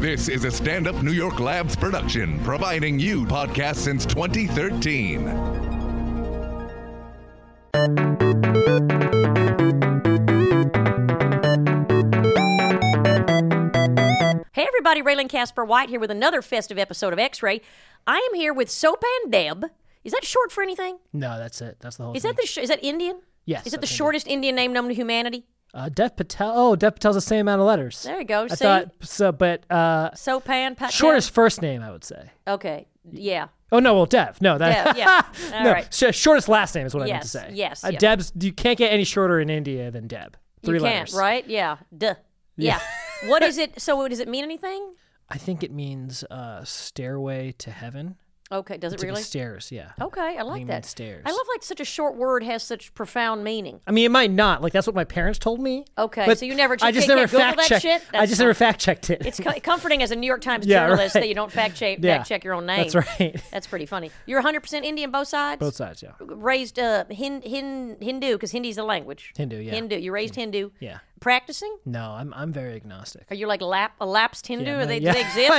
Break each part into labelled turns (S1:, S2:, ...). S1: This is a stand up New York Labs production, providing you podcasts since 2013.
S2: Hey everybody, Raylan Casper White here with another festive episode of X Ray. I am here with Sopan Deb. Is that short for anything?
S3: No, that's it. That's the whole
S2: Is
S3: thing.
S2: that the sh- is that Indian?
S3: Yes,
S2: Is it the
S3: that's Indian.
S2: shortest Indian name known to humanity?
S3: uh, Dev Patel? Oh, Dev Patel's the same amount of letters.
S2: There you go.
S3: I
S2: See,
S3: thought so, but uh,
S2: Sopan Patel.
S3: shortest first name, I would say.
S2: Okay. Yeah.
S3: Oh no, well Dev. No, that.
S2: Dev, yeah. All
S3: no,
S2: right.
S3: sh- shortest last name is what I meant to
S2: Yes,
S3: say.
S2: yes,
S3: Uh,
S2: yep.
S3: Deb's. You can't get any shorter in India than Deb. Three
S2: you can't,
S3: letters,
S2: right? Yeah. Duh. Yeah. what is it? So does it mean anything?
S3: I think it means uh, stairway to heaven.
S2: Okay. Does it
S3: It's like a
S2: really? Oh.
S3: Stairs. Yeah.
S2: Okay. I like
S3: mean
S2: that.
S3: stairs.
S2: I love like such a short word has such profound meaning.
S3: I mean, it might not. Like that's what my parents told me.
S2: Okay,
S3: but
S2: so you never-
S3: I
S2: you
S3: just
S2: can't-
S3: never
S2: can't Google that
S3: fact checked.
S2: shit?
S3: I
S2: That's
S3: just
S2: not-
S3: never fact checked it.
S2: It's co- comforting as a New York Times
S3: Yeah,
S2: journalist
S3: right.
S2: that you don't fact check,
S3: Yeah.
S2: fact check your own name.
S3: That's right.
S2: That's pretty funny. You're 100% Indian, both sides?
S3: Both sides. Yeah.
S2: Raised uh, hin, hin, Hindu, because Hindi's the language.
S3: Hindu, yeah.
S2: Hindu. You raised Hindu.
S3: Yeah.
S2: Practicing?
S3: No, I'm I'm very agnostic.
S2: Are you like lap, a lapsed Hindu?
S3: Yeah,
S2: Are
S3: no,
S2: they,
S3: yeah.
S2: Do they exist?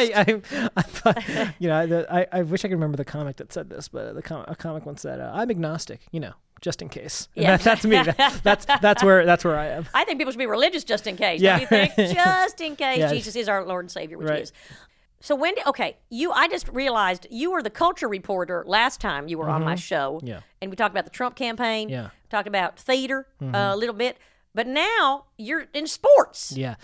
S3: I, I, I thought- you know, the, I, I wish I could remember the comic that said this, but uh, the com- a comic once said, uh, "I'm agnostic," you know, just in case. And
S2: Yeah.
S3: that- that's me. That- that's that's where that's where I am.
S2: I think people should be religious just in case.
S3: Yeah.
S2: Don't you think? just in case
S3: Yeah.
S2: Jesus is our Lord and Savior, which he
S3: Right.
S2: is. So when did, okay, you I just realized you were the culture reporter last time you were on my show.
S3: Mm-hmm. Yeah.
S2: And we talked about the Trump campaign.
S3: Yeah. Mm-hmm.
S2: Talked about theater uh, a little bit. But now you're in sports.
S3: Yeah.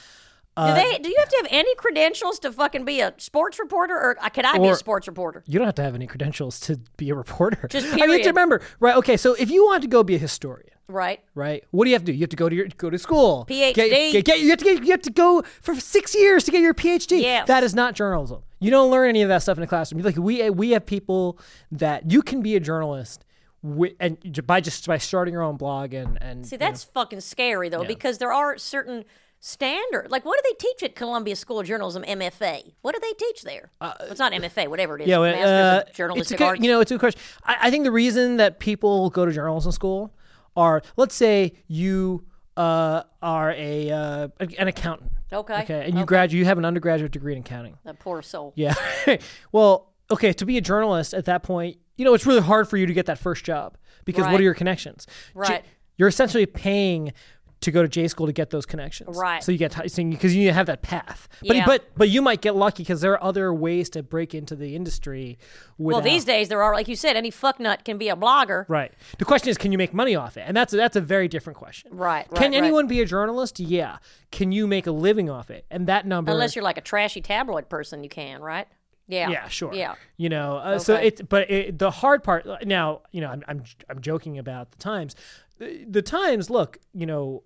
S3: Uh,
S2: Do they do you have to have any credentials to fucking be a sports reporter or uh, could I be a
S3: Or-
S2: sports reporter?
S3: You don't have to have any credentials to be a reporter.
S2: Just
S3: I mean, you have
S2: period.
S3: to remember, right? Okay, so if you want to go be a historian,
S2: Right.
S3: right? What do you have to do? You have to go to your go to school.
S2: PhD.
S3: Get, get- get- you have to get, you have to go for six years to get your PhD.
S2: Yes.
S3: That is not journalism. You don't learn any of that stuff in the classroom. Like we we have people that you can be a journalist wi and j- by just by starting your own blog and and
S2: See, that's fucking scary though, because there are certain standard. Like, what do they teach at Columbia School of Journalism MFA? What do they teach there? it's not MFA, whatever it is.
S3: Uh, yeah, well, uh,
S2: Masters of
S3: it's a
S2: Journalistic
S3: good,
S2: Arts.
S3: you know, it's a good question. I, I think the reason that people go to journalism school are, let's say, you uh, are a uh, an accountant,
S2: okay.
S3: okay, and you graduate, you have an undergraduate degree in accounting,
S2: The poor soul.
S3: Yeah. well, okay, to be a journalist at that point, you know, it's really hard for you to get that first job because
S2: Right.
S3: what are your connections? J-
S2: Right.
S3: you're essentially paying to go to J school to get those connections.
S2: Right.
S3: So you get because you need to have that path. But
S2: Yeah.
S3: but but you might get lucky because there are other ways to break into the industry.
S2: Well,
S3: Without,
S2: these days there are, like you said, any fucknut can be a blogger.
S3: Right. The question is, can you make money off it? And that's that's a very different question.
S2: Right, right,
S3: Can
S2: right.
S3: anyone be a journalist? Yeah. Can you make a living off it? And that number,
S2: Unless you're like a trashy tabloid person, you can, right? Yeah.
S3: yeah sure
S2: Yeah.
S3: you know uh, so
S2: Okay.
S3: it but it, the hard part uh, now you know I'm, I'm i'm joking about the times the, the times look you know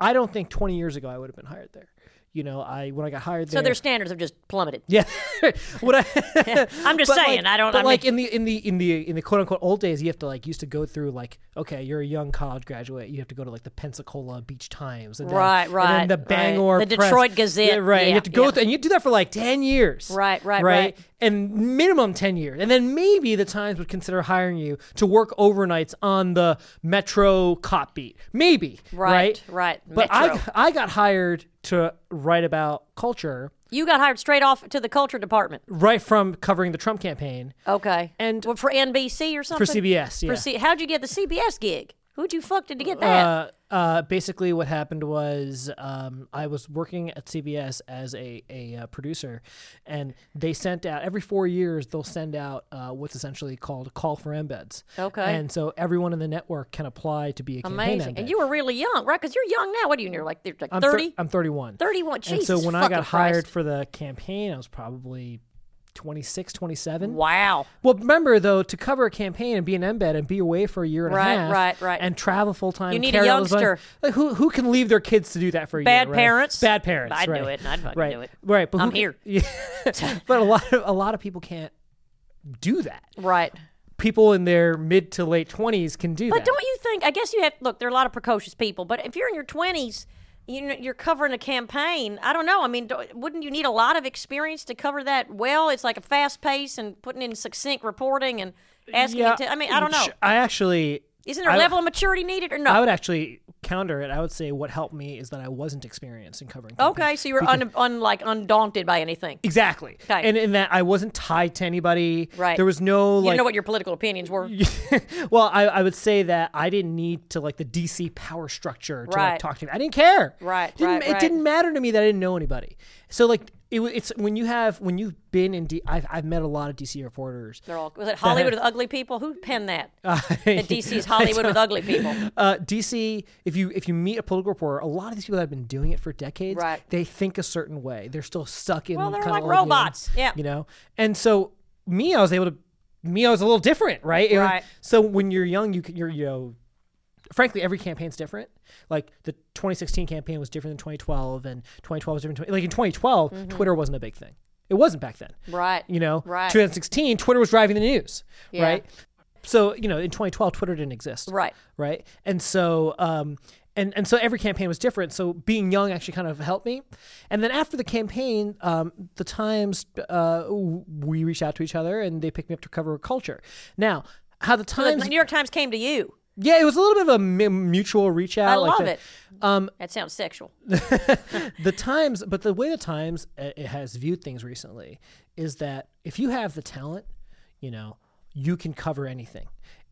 S3: i don't think 20 years ago i would have been hired there you know i when i got hired
S2: So
S3: there
S2: their standards have just plummeted.
S3: yeah what i
S2: I'm just
S3: but,
S2: saying.
S3: like-
S2: I don't.
S3: But
S2: I mean,
S3: like in the in the in the in the quote unquote old days, you have to like used to go through like okay, you're a young college graduate, you have to go to like the Pensacola Beach Times, and then,
S2: Right,
S3: and
S2: right,
S3: then the
S2: right.
S3: Bangor,
S2: The
S3: Press.
S2: Detroit Gazette,
S3: Yeah, right?
S2: yeah,
S3: you have to go
S2: yeah.
S3: through, and you do that for like ten years,
S2: Right, right, right.
S3: and minimum ten years, and then maybe the Times would consider hiring you to work overnights on the Metro cop beat, maybe,
S2: Right,
S3: right,
S2: right,
S3: But
S2: Metro.
S3: I I got hired to write about culture
S2: you got hired straight off to the culture department.
S3: right from covering the Trump campaign.
S2: Okay.
S3: And-
S2: well, for NBC or something.
S3: CBS,
S2: For
S3: yeah.
S2: C- how'd you get the CBS gig? Who'd you fuck did to get that?
S3: Uh, uh, basically, what happened was um, I was working at CBS as a, a uh, producer, and they sent out every four years they'll send out uh, what's essentially called a call for embeds.
S2: Okay.
S3: and so everyone in the network can apply to be a campaign
S2: Amazing.
S3: embed.
S2: And you were really young, right? Because you're young now. What are you near? Like, they're like
S3: I'm
S2: 30?
S3: I'm 31.
S2: 31.
S3: And
S2: Jesus
S3: so when I
S2: fucking
S3: got hired
S2: Christ.
S3: for the campaign, I was probably 26, 27.
S2: Wow.
S3: Well, remember though, to cover a campaign and be an embed and be away for a year and
S2: Right,
S3: a half,
S2: right, right.
S3: and travel full time.
S2: You need a youngster.
S3: Like, who who can leave their kids to do that for a
S2: Bad
S3: year? right?
S2: parents.
S3: Bad parents.
S2: I knew
S3: right.
S2: it. I fucking
S3: right.
S2: knew it.
S3: Right. But who
S2: I'm
S3: can-
S2: here.
S3: Yeah. but a lot of a lot of people can't do that.
S2: Right.
S3: People in their mid to late twenties can do
S2: But
S3: that.
S2: don't you think? I guess you have. Look, there are a lot of precocious people, but if you're in your 20s, you know, you're covering a campaign. I don't know. I mean, do, wouldn't you need a lot of experience to cover that well? It's like a fast pace and putting in succinct reporting and asking.
S3: yeah,
S2: atten- I mean, I don't know.
S3: sh- I actually
S2: Isn't there a
S3: I-
S2: level of maturity needed or no?
S3: I would actually counter it. I would say what helped me is that I wasn't experienced in covering. campaigns.
S2: okay, so you were un, un, like undaunted by anything.
S3: Exactly.
S2: Okay.
S3: And in that I wasn't tied to anybody.
S2: Right.
S3: There was no
S2: you
S3: like
S2: didn't know what your political opinions were.
S3: well, I, I would say that I didn't need to like the DC power structure to
S2: Right.
S3: like, talk to me. I didn't care.
S2: Right,
S3: Didn't-
S2: right,
S3: It
S2: right.
S3: didn't matter to me that I didn't know anybody. So like it, wa- it's when you have when you've been in D. I've I've met a lot of DC reporters.
S2: They're all was it Hollywood with ugly people? Who penned that? That DC's Hollywood with ugly people.
S3: Uh, DC, if you if you meet a political reporter, a lot of these people that have been doing it for decades,
S2: Right.
S3: they think a certain way. They're still stuck in
S2: Well, they're
S3: kinda
S2: like
S3: old game,
S2: robots. Yeah.
S3: you know. And so me, I was able to. Me, I was a little different, right? It was-
S2: Right.
S3: so when you're young, you can, you're you know, frankly, every campaign's different. Like the 2016 campaign was different than 2012, and 2012 was different. than 20 Like in 2012, Twitter wasn't a big thing. It wasn't back then.
S2: Mm-hmm. Right.
S3: You know,
S2: Right.
S3: 2016, Twitter was driving the news,
S2: Yeah.
S3: right? So you know, in 2012, Twitter didn't exist,
S2: Right.
S3: Right, and so um, and and so every campaign was different. So being young actually kind of helped me. And then after the campaign, um, the Times uh, w- we reached out to each other and they picked me up to cover culture. Now, how the
S2: The
S3: Times,
S2: New York Times came to you.
S3: yeah, it was a little bit of a mu- mutual reach out.
S2: I
S3: like Um,
S2: love
S3: the-
S2: it. that sounds sexual.
S3: the times but the way the times uh, it has viewed things recently is that if you have the talent you know you can cover anything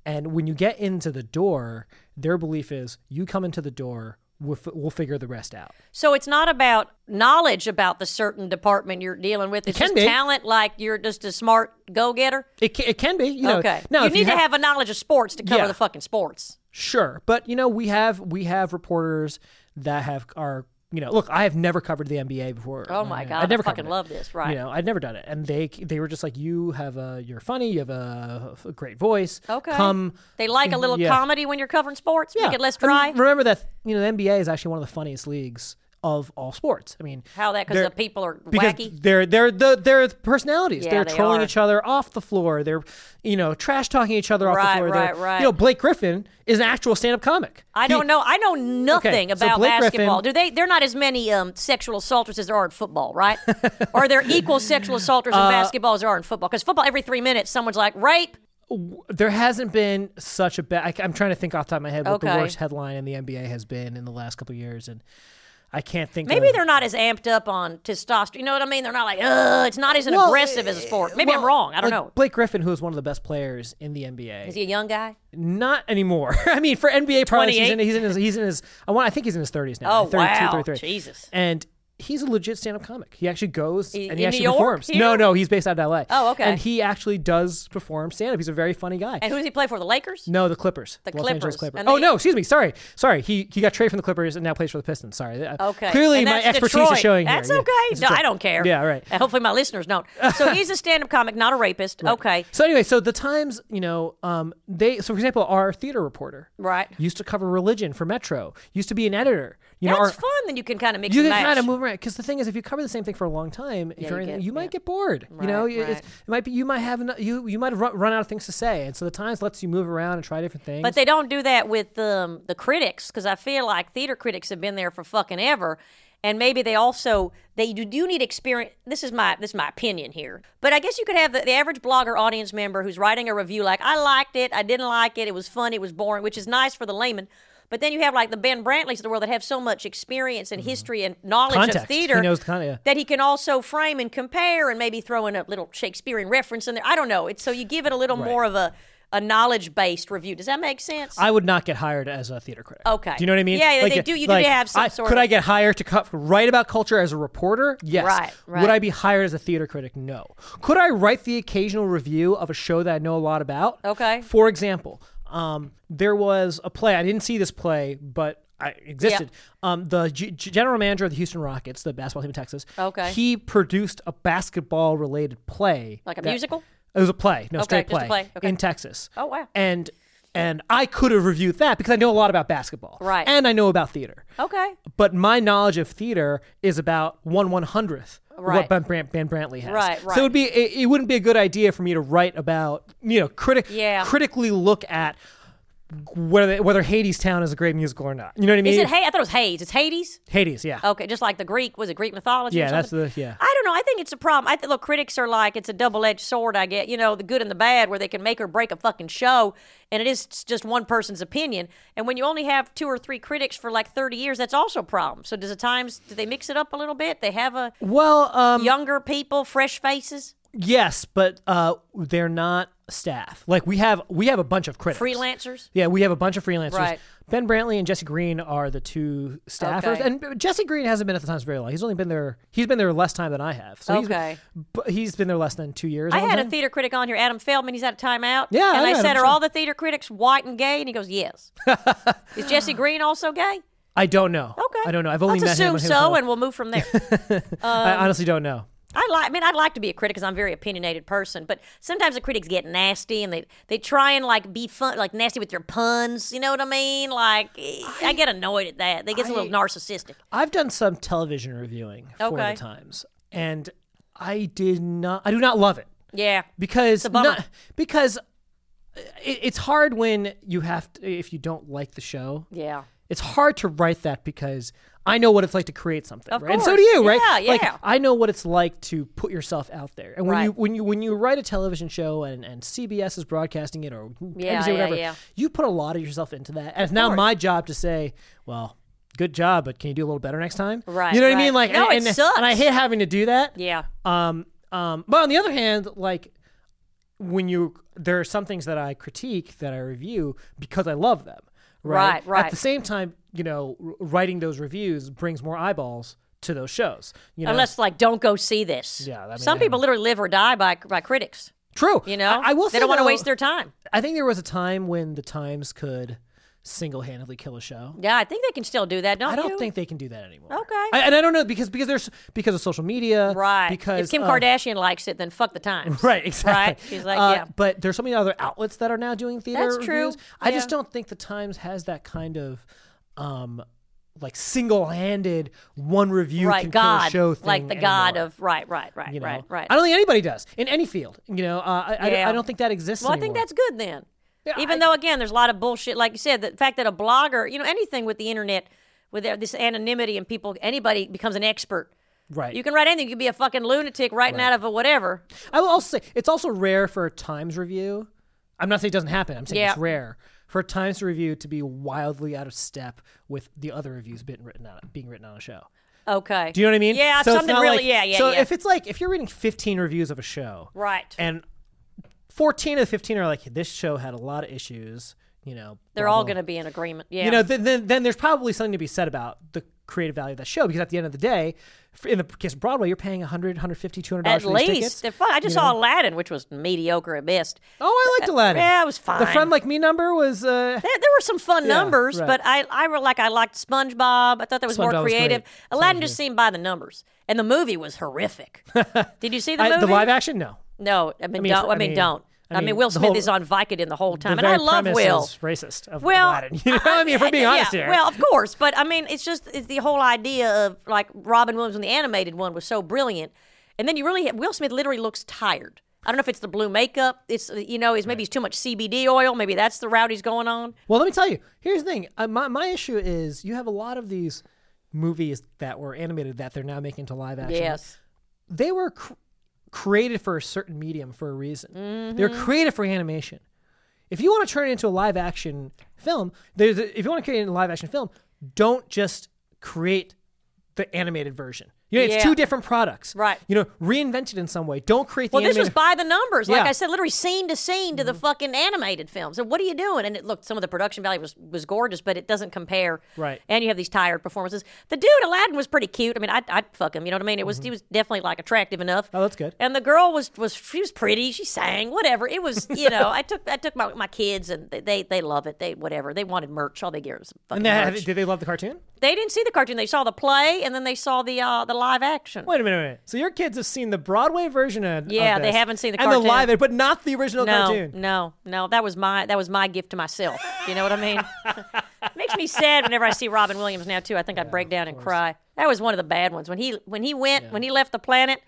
S3: and when you get into the door their belief is you come into the door we'll, f- we'll figure the rest out
S2: So it's not about knowledge about the certain department you're dealing with. It's
S3: can
S2: just
S3: be.
S2: talent, like you're just a smart go getter.
S3: it can, it can be you know
S2: okay.
S3: now
S2: you
S3: if
S2: need
S3: you
S2: to
S3: ha-
S2: have a knowledge of sports to cover
S3: Yeah.
S2: the fucking sports.
S3: Sure, but you know we have we have reporters that have are you know look I have never covered the NBA before.
S2: Oh my
S3: You know,
S2: God,
S3: I've never
S2: I fucking
S3: covered it.
S2: love this, right.
S3: You know I'd never done it, and they they were just like you have a you're funny, you have a, a great voice.
S2: Okay.
S3: come
S2: They like a little
S3: yeah.
S2: comedy when you're covering sports. Make it less
S3: I mean,
S2: dry.
S3: remember that you know the NBA is actually one of the funniest leagues of all sports. I mean
S2: How that? Because
S3: they're-
S2: the people are
S3: because
S2: wacky.
S3: they're they're the they're the personalities.
S2: Yeah,
S3: they're
S2: they
S3: trolling
S2: are.
S3: each other off the floor. They're you know trash talking each other off
S2: Right,
S3: the floor.
S2: right,
S3: They're-
S2: right.
S3: You know Blake Griffin is an actual stand up comic.
S2: I
S3: He-
S2: don't know. I know nothing
S3: so
S2: about
S3: Blake Griffin-
S2: basketball. Do they? They're not as many um, sexual assaulters as there are in football, right? are there equal sexual assaulters in
S3: Uh,
S2: basketball as there are in football? Because football, every three minutes, someone's like rape.
S3: there hasn't been such a bad. I'm trying to think off the top of my head what
S2: Okay.
S3: the worst headline in the NBA has been in the last couple of years, and I can't think.
S2: Maybe
S3: of,
S2: they're not as amped up on testosterone. You know what I mean? They're not like, ugh, it's not as
S3: Well,
S2: aggressive as a sport. Maybe I'm
S3: well,
S2: wrong. I don't
S3: like
S2: know.
S3: Blake Griffin, who is one of the best players in the NBA,
S2: Is he a young guy?
S3: not anymore. I mean, for NBA products, he's in,
S2: 28?
S3: he's in his he's in his. I want. I think he's in his 30s now.
S2: Oh,
S3: 32,
S2: wow.
S3: 33.
S2: Jesus.
S3: And. He's a legit stand-up comic. He actually goes and
S2: in
S3: he
S2: New
S3: actually
S2: York
S3: performs.
S2: here?
S3: No, no, he's based out of LA.
S2: Oh, okay.
S3: And he actually does perform stand-up. He's a very funny guy.
S2: And who does he play for? The Lakers?
S3: No, the Clippers. The Los Angeles
S2: Clippers.
S3: Clippers.
S2: And
S3: Oh
S2: they-
S3: no, excuse me. Sorry, sorry. He he got traded from the Clippers and now plays for the Pistons. Sorry. That-
S2: Okay.
S3: Clearly,
S2: And
S3: my
S2: that's
S3: expertise
S2: Detroit.
S3: is showing
S2: That's
S3: here. Yeah,
S2: okay.
S3: it's
S2: no,
S3: Detroit.
S2: I don't care.
S3: Yeah, right.
S2: And hopefully my listeners don't. So he's a stand-up comic, not a rapist. Okay.
S3: So anyway, so the Times, you know, um, they so for example, our theater reporter
S2: Right.
S3: used to cover religion for Metro. Used to be an editor. You know,
S2: That's
S3: our,
S2: fun. Then you can kind of mix
S3: you
S2: and
S3: can
S2: match.
S3: kind of move around because the thing is, if you cover the same thing for a long time, if you're
S2: you
S3: in,
S2: get-
S3: you might
S2: yeah.
S3: get bored. you know,
S2: Right,
S3: You- it's-
S2: right.
S3: it might be you might have eno- you you might have run, run out of things to say, and so the Times lets you move around and try different things.
S2: But they don't do that with um, the critics because I feel like theater critics have been there for fucking ever, and maybe they also they do, do need experience. This is my this is my opinion here, but I guess you could have the, the average blogger audience member who's writing a review like I liked it, I didn't like it, it was fun, it was boring, which is nice for the layman. But then you have like the Ben Brantleys of the world that have so much experience and history and knowledge of
S3: Mm-hmm. Context. He
S2: theater
S3: knows the con- yeah.
S2: that he can also frame and compare and maybe throw in a little Shakespearean reference in there. I don't know. It's so you give it a little more of a a knowledge based review. Does that make sense?
S3: I would not get hired as a theater critic.
S2: Okay.
S3: Do you know what I mean?
S2: Yeah, yeah, they do- you do have some
S3: I-
S2: sort
S3: Could
S2: of-
S3: I get hired to cut, write about culture as a reporter? Yes.
S2: Right, right.
S3: Would I be hired as a theater critic? No. Could I write the occasional review of a show that I know a lot about?
S2: Okay.
S3: For example, um, there was a play. I didn't see this play, but I existed. Um, the G- G- general manager of the Houston Rockets, the basketball team in Texas.
S2: Okay.
S3: He produced a basketball related play.
S2: Like a
S3: that-
S2: musical?
S3: It was a play. No,
S2: Okay,
S3: straight
S2: just a
S3: play.
S2: play. Okay.
S3: In Texas.
S2: Oh, wow.
S3: And and I could have reviewed that because I know a lot about basketball.
S2: Right. Oh.
S3: And I know about theater.
S2: okay.
S3: But my knowledge of theater is about one one hundredth
S2: Right.
S3: what Ben, Brant, ben Brantley has.
S2: Right,
S3: So
S2: right.
S3: it would be it, it wouldn't be a good idea for me to write about you know critic
S2: Yeah.
S3: critically look at whether whether Hades Town is a great musical or not. You know what I mean?
S2: Is it Hay? I thought it was Hades. It's Hades.
S3: Hades, yeah.
S2: Oh. Okay, just like the Greek was it Greek mythology? or
S3: Yeah, that's
S2: something?
S3: the- yeah.
S2: I don't know. I think it's a problem. I th- look, critics are like it's a double-edged sword. I get you know the good and the bad, where they can make or break a fucking show, and it is just one person's opinion. And when you only have two or three critics for like thirty years, that's also a problem. So does the Times do they mix it up a little bit? They have a
S3: Well, um,
S2: younger people, fresh faces,
S3: yes, but uh, they're not staff. Like we have we have a bunch of critics.
S2: freelancers.
S3: Yeah, we have a bunch of freelancers.
S2: Right.
S3: Ben Brantley and Jesse Green are the two staffers,
S2: Okay.
S3: and Jesse Green hasn't been at the Times very long. He's only been there. He's been there less time than I have. So he's been-
S2: Okay.
S3: but he's been there less than two years.
S2: I
S3: wanna
S2: had
S3: say.
S2: a theater critic on here, Adam Feldman. He's out of timeout.
S3: Yeah,
S2: and
S3: I
S2: I,
S3: know
S2: said,
S3: Adam
S2: "Are all the theater critics white and gay?" And he goes, "Yes." is Jesse Green also gay?
S3: I don't know.
S2: Okay,
S3: I don't know. I've only
S2: Let's
S3: met
S2: assume
S3: him. when he was
S2: so, um,
S3: little.
S2: and we'll move from there.
S3: I honestly don't know.
S2: I like. I mean, I'd like to be a critic because I'm a very opinionated person. But sometimes the critics get nasty, and they they try and like be fun, like nasty with their puns. You know what I mean? Like eh, I, get annoyed at that. They get a little narcissistic.
S3: I've done some television reviewing for
S2: Okay.
S3: the Times, and I did not. I do not love it
S2: Yeah.
S3: because
S2: bummer.
S3: not- because it, it's hard when you have to, if you don't like the show.
S2: Yeah.
S3: It's hard to write that because I know what it's like to create something,
S2: Of
S3: right? and so
S2: course.
S3: do you, right?
S2: Yeah,
S3: Like
S2: yeah.
S3: I know what it's like to put yourself out there, and when you
S2: Right.
S3: when you when you write a television show and, and CBS is broadcasting it or
S2: Yeah,
S3: NBC or
S2: yeah,
S3: whatever,
S2: yeah.
S3: you put a lot of yourself into that. And it's now
S2: course.
S3: my job to say, well, good job, but can you do a little better next time?
S2: Right,
S3: You know what I
S2: right.
S3: mean? Like,
S2: No,
S3: and,
S2: it
S3: and-
S2: sucks.
S3: and I hate having to do that.
S2: Yeah.
S3: Um, um, but on the other hand, like when you there are some things that I critique that I review because I love them. Right,
S2: Right, right.
S3: At the same time, you know, r- writing those reviews brings more eyeballs to those shows. You know,
S2: Unless like, don't go see this.
S3: Yeah, I mean,
S2: Some
S3: yeah.
S2: people literally live or die by by critics.
S3: true.
S2: You know.
S3: I, I will.
S2: They
S3: say,
S2: don't want to
S3: though,
S2: waste their time.
S3: I think there was a time when the Times could single-handedly kill a show.
S2: Yeah, I think they can still do that. Don't
S3: I don't
S2: you?
S3: think they can do that anymore.
S2: Okay.
S3: I, and I don't know because because there's because of social media.
S2: Right.
S3: Because
S2: if Kim
S3: of-
S2: Kardashian likes it, then fuck the Times.
S3: Right, exactly.
S2: Right? She's like,
S3: Uh,
S2: yeah.
S3: But there's so many other outlets that are now doing theater
S2: That's true.
S3: reviews. I just
S2: Yeah.
S3: don't think the Times has that kind of, um, like single-handed one review
S2: right,
S3: can
S2: God,
S3: kill a show thing.
S2: like the God
S3: anymore,
S2: of right, right, right,
S3: you know?
S2: right, right.
S3: I don't think anybody does in any field. You know, uh, I, I-
S2: Yeah.
S3: I, don't think that exists.
S2: Well, I think
S3: anymore.
S2: that's good then.
S3: Yeah,
S2: Even though, again, there's a lot of bullshit. Like you said, the fact that a blogger, you know, anything with the internet, with their- this anonymity and people, anybody becomes an expert.
S3: right.
S2: You can write anything. You can be a fucking lunatic writing out of a whatever.
S3: I will also say it's also rare for a Times review. I'm not saying it doesn't happen. I'm saying it's
S2: Yeah.
S3: rare for a Times review to be wildly out of step with the other reviews being written on being written on a show.
S2: Okay.
S3: Do you know what I mean?
S2: Yeah,
S3: So it's
S2: something
S3: not
S2: really.
S3: like-
S2: yeah, yeah,
S3: So
S2: yeah.
S3: if it's like if you're reading 15 reviews of a show,
S2: right.
S3: and 14 of the 15 are like this show had a lot of issues, you know,
S2: They're
S3: blah,
S2: all
S3: blah.
S2: going to be in agreement. Yeah.
S3: You know, then, then then there's probably something to be said about the creative value of that show because at the end of the day, f- in the case of Broadway, you're paying 100, 150, 200 dollars
S2: at
S3: for these tickets.
S2: least they're fun. I just saw Aladdin, which was mediocre at best.
S3: oh, I liked Aladdin.
S2: uh, yeah, it was
S3: The
S2: fine.
S3: friend like me number was uh,
S2: There, there were some fun numbers,
S3: right.
S2: but I I re- like I liked SpongeBob. I thought that was
S3: SpongeBob
S2: more
S3: was
S2: creative.
S3: great.
S2: Aladdin just seemed by the numbers, and the movie was horrific. Did you see the
S3: I,
S2: movie?
S3: the live action. No,
S2: no, I mean,
S3: mean,
S2: don't.
S3: for-
S2: I mean, don't. I mean,
S3: mean,
S2: Will
S3: the
S2: Smith
S3: whole-
S2: is on Vicodin the whole time,
S3: the
S2: and I
S3: very
S2: love
S3: premise
S2: Will.
S3: is racist of
S2: Well,
S3: Aladdin. You know, what I mean, if we're being
S2: yeah,
S3: honest here.
S2: Well, of course, but I mean, it's just it's the whole idea of like Robin Williams when the animated one was so brilliant, and then you really Will Smith literally looks tired. I don't know if it's the blue makeup. It's uh, you know, is maybe it's too much CBD oil. Maybe that's the route he's going on.
S3: Well, let me tell you. Here's the thing. Uh, my my issue is you have a lot of these movies that were animated that they're now making into live action.
S2: Yes.
S3: They were cr- created for a certain medium for a reason. They're
S2: Mm-hmm.
S3: created for animation. If you want to turn it into a live action film, there's a, if you want to create a live action film, don't just create the animated version. You know, it's
S2: Yeah.
S3: two different products.
S2: Right.
S3: You know, reinvent it in some way. Don't create the
S2: Well, this was
S3: animated
S2: by the numbers, like
S3: Yeah.
S2: I said, literally scene to scene to the fucking animated films. And what are you doing? And it, look, some of the production value was was gorgeous, but it doesn't compare.
S3: Right.
S2: And you have these tired performances. The dude Aladdin was pretty cute. I mean, I'd, I'd fuck him. You know what I mean? It was he was definitely like attractive enough.
S3: Mm-hmm. Oh, that's good.
S2: And the girl was was she was pretty. She sang whatever. It was you know I took I took my, my kids and they, they they love it. They whatever they wanted merch. All they get was fucking
S3: And that,
S2: merch.
S3: did they love the cartoon?
S2: They didn't see the cartoon. They saw the play and then they saw the uh, the live action.
S3: Wait a minute, wait a minute. So your kids have seen the Broadway version of of
S2: Yeah, they
S3: this
S2: haven't seen the
S3: and the
S2: cartoon.
S3: live, but not the original
S2: no,
S3: cartoon.
S2: No, no, that was my that was my gift to myself. You know what I mean? Makes me sad whenever I see Robin Williams now too. I think I break down and cry. That was one of the bad ones when he when he went when he left the planet.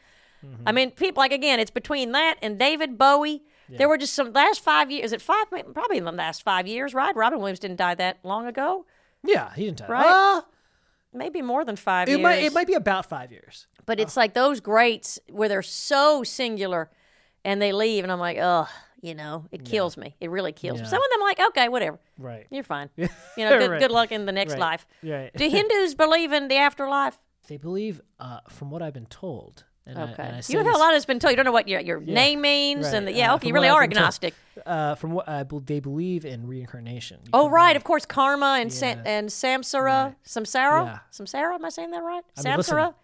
S3: Mm-hmm.
S2: I mean, people like again, it's between that and David Bowie. There were just some last five years. Is it five? Probably in the last five years, right? Robin Williams didn't die that long ago.
S3: Yeah, he didn't tell.
S2: Right?
S3: Well,
S2: Maybe more than five
S3: it
S2: years.
S3: might it might be about five years.
S2: But it's like those greats where they're so singular and they leave, and I'm like, ugh, you know, it kills me. It really kills me.
S3: Yeah.
S2: Some of them, I'm like, okay, whatever.
S3: Right.
S2: You're fine. You know, good,
S3: Right.
S2: good luck in the next
S3: Right.
S2: life.
S3: Right.
S2: Do Hindus believe in the afterlife?
S3: They believe, uh, from what I've been told, and I,
S2: Okay.
S3: and I say
S2: you have
S3: this-
S2: a lot of has been told. You don't know what your, your name means.
S3: Right.
S2: and the, Yeah,
S3: Uh,
S2: okay,
S3: from
S2: you really
S3: what
S2: are
S3: I've been told.
S2: agnostic.
S3: uh, from what I bel they believe in reincarnation. You
S2: Oh
S3: can-
S2: right, of course, karma and sam- and samsara, samsara,
S3: Yeah.
S2: samsara. Am I saying that right?
S3: I mean, listen,
S2: samsara.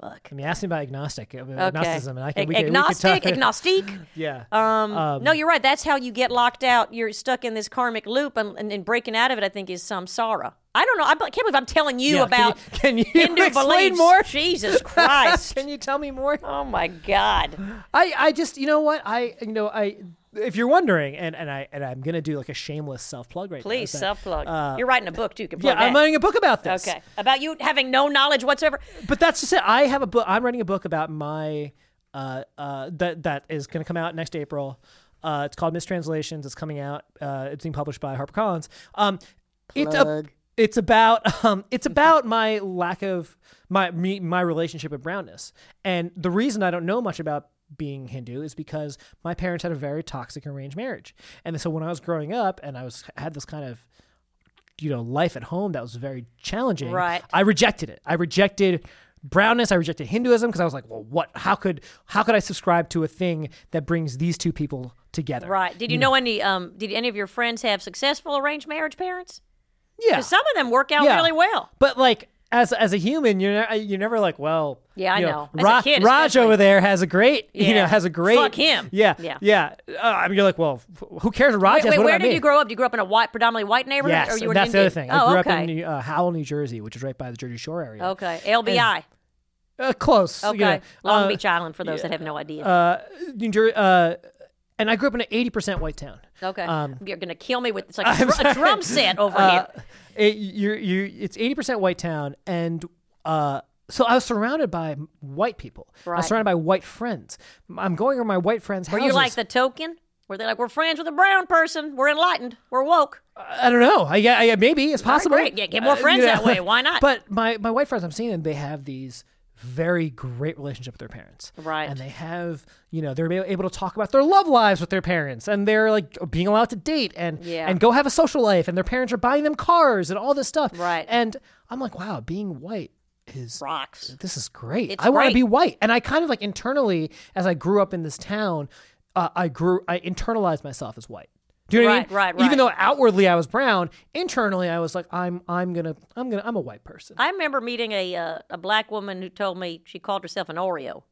S2: Fuck.
S3: I mean, ask me about agnostic. I mean,
S2: Okay.
S3: Agnosticism. And I can,
S2: A-
S3: we can- we can
S2: agnostic,
S3: talk-
S2: agnostic.
S3: Yeah.
S2: Um, no, you're right. That's how you get locked out. You're stuck in this karmic loop, and, and, and breaking out of it, I think, is samsara. I don't know. I b- can't believe I'm telling you
S3: Yeah,
S2: about
S3: can you, can you
S2: Hindu
S3: explain
S2: beliefs.
S3: more?
S2: Jesus Christ.
S3: Can you tell me more?
S2: oh my God.
S3: I, I just you know what I you know I if you're wondering and, and I and I'm gonna do like a shameless self plug right
S2: Please
S3: now.
S2: self plug. you're writing a book too. You can
S3: Uh, Yeah,
S2: plug
S3: I'm
S2: that.
S3: writing a book about this.
S2: okay. About you having no knowledge whatsoever.
S3: but that's just it. I have a book. I'm writing a book about my uh, uh, that that is going to come out next April. Uh, it's called Mistranslations. It's coming out. Uh, it's being published by HarperCollins. Um, it's a,
S2: Plug.
S3: it's about um, it's about my lack of my me, my relationship with brownness, and the reason I don't know much about being Hindu is because my parents had a very toxic arranged marriage, and so when I was growing up and I was had this kind of you know life at home that was very challenging
S2: Right.
S3: i rejected it i rejected brownness i rejected hinduism because i was like well what how could how could i subscribe to a thing that brings these two people together
S2: Right. Did you know any? Um, did any of your friends have successful arranged marriage parents?
S3: yeah
S2: 'Cause some of them work out
S3: Yeah.
S2: really well.
S3: but like as as a human you're ne- you're never like well
S2: Yeah, I
S3: you
S2: know. As a
S3: Ra-
S2: kid,
S3: raj
S2: especially.
S3: over there has a great you know
S2: Yeah.
S3: has a great
S2: Fuck him.
S3: yeah
S2: Yeah.
S3: yeah yeah uh, i mean you're like well f- who cares what raj
S2: Wait,
S3: has
S2: wait,
S3: what
S2: where
S3: about
S2: did
S3: me?
S2: you grow up? Did you grow up in a white, predominantly white neighborhood?
S3: yes
S2: or you
S3: and
S2: were
S3: that's
S2: an
S3: the other
S2: Indian-
S3: thing i
S2: oh,
S3: grew
S2: okay.
S3: up in new, uh, howell new jersey which is right by the jersey shore area
S2: Okay, LBI.
S3: uh, close you
S2: okay,
S3: know,
S2: Long
S3: uh,
S2: Beach Island for those that have no idea.
S3: uh, New Jersey, uh, and I grew up in an eighty percent white town.
S2: okay,
S3: um,
S2: you're gonna kill me with it's like a, dr- a drum set over
S3: Uh,
S2: here.
S3: it, you're, you it's eighty percent white town, and uh, so I was surrounded by white people. I
S2: Right.
S3: was surrounded by white friends. I'm going over my white friends'
S2: Were
S3: houses.
S2: you like the token? Were they like we're friends with a brown person? We're enlightened. We're woke.
S3: I don't know. I, I, I- maybe it's possible.
S2: great. Yeah, get more friends that way. Why not?
S3: Uh, But my my white friends, I'm seeing them. They have these very great relationship with their parents,
S2: Right.
S3: And they have, you know, they're able to talk about their love lives with their parents, and they're like being allowed to date and
S2: Yeah.
S3: and go have a social life, and their parents are buying them cars and all this stuff,
S2: Right.
S3: And I'm like, wow, being white is
S2: Rocks.
S3: this is great.
S2: It's
S3: I want
S2: great.
S3: to be white. And I kind of like internally, as I grew up in this town, uh, I grew, I internalized myself as white. Do you know what I mean?
S2: Right, right, right.
S3: Even though outwardly I was brown, internally I was like, I'm, I'm gonna, I'm gonna, I'm a white person.
S2: I remember meeting a uh, a black woman who told me she called herself an Oreo,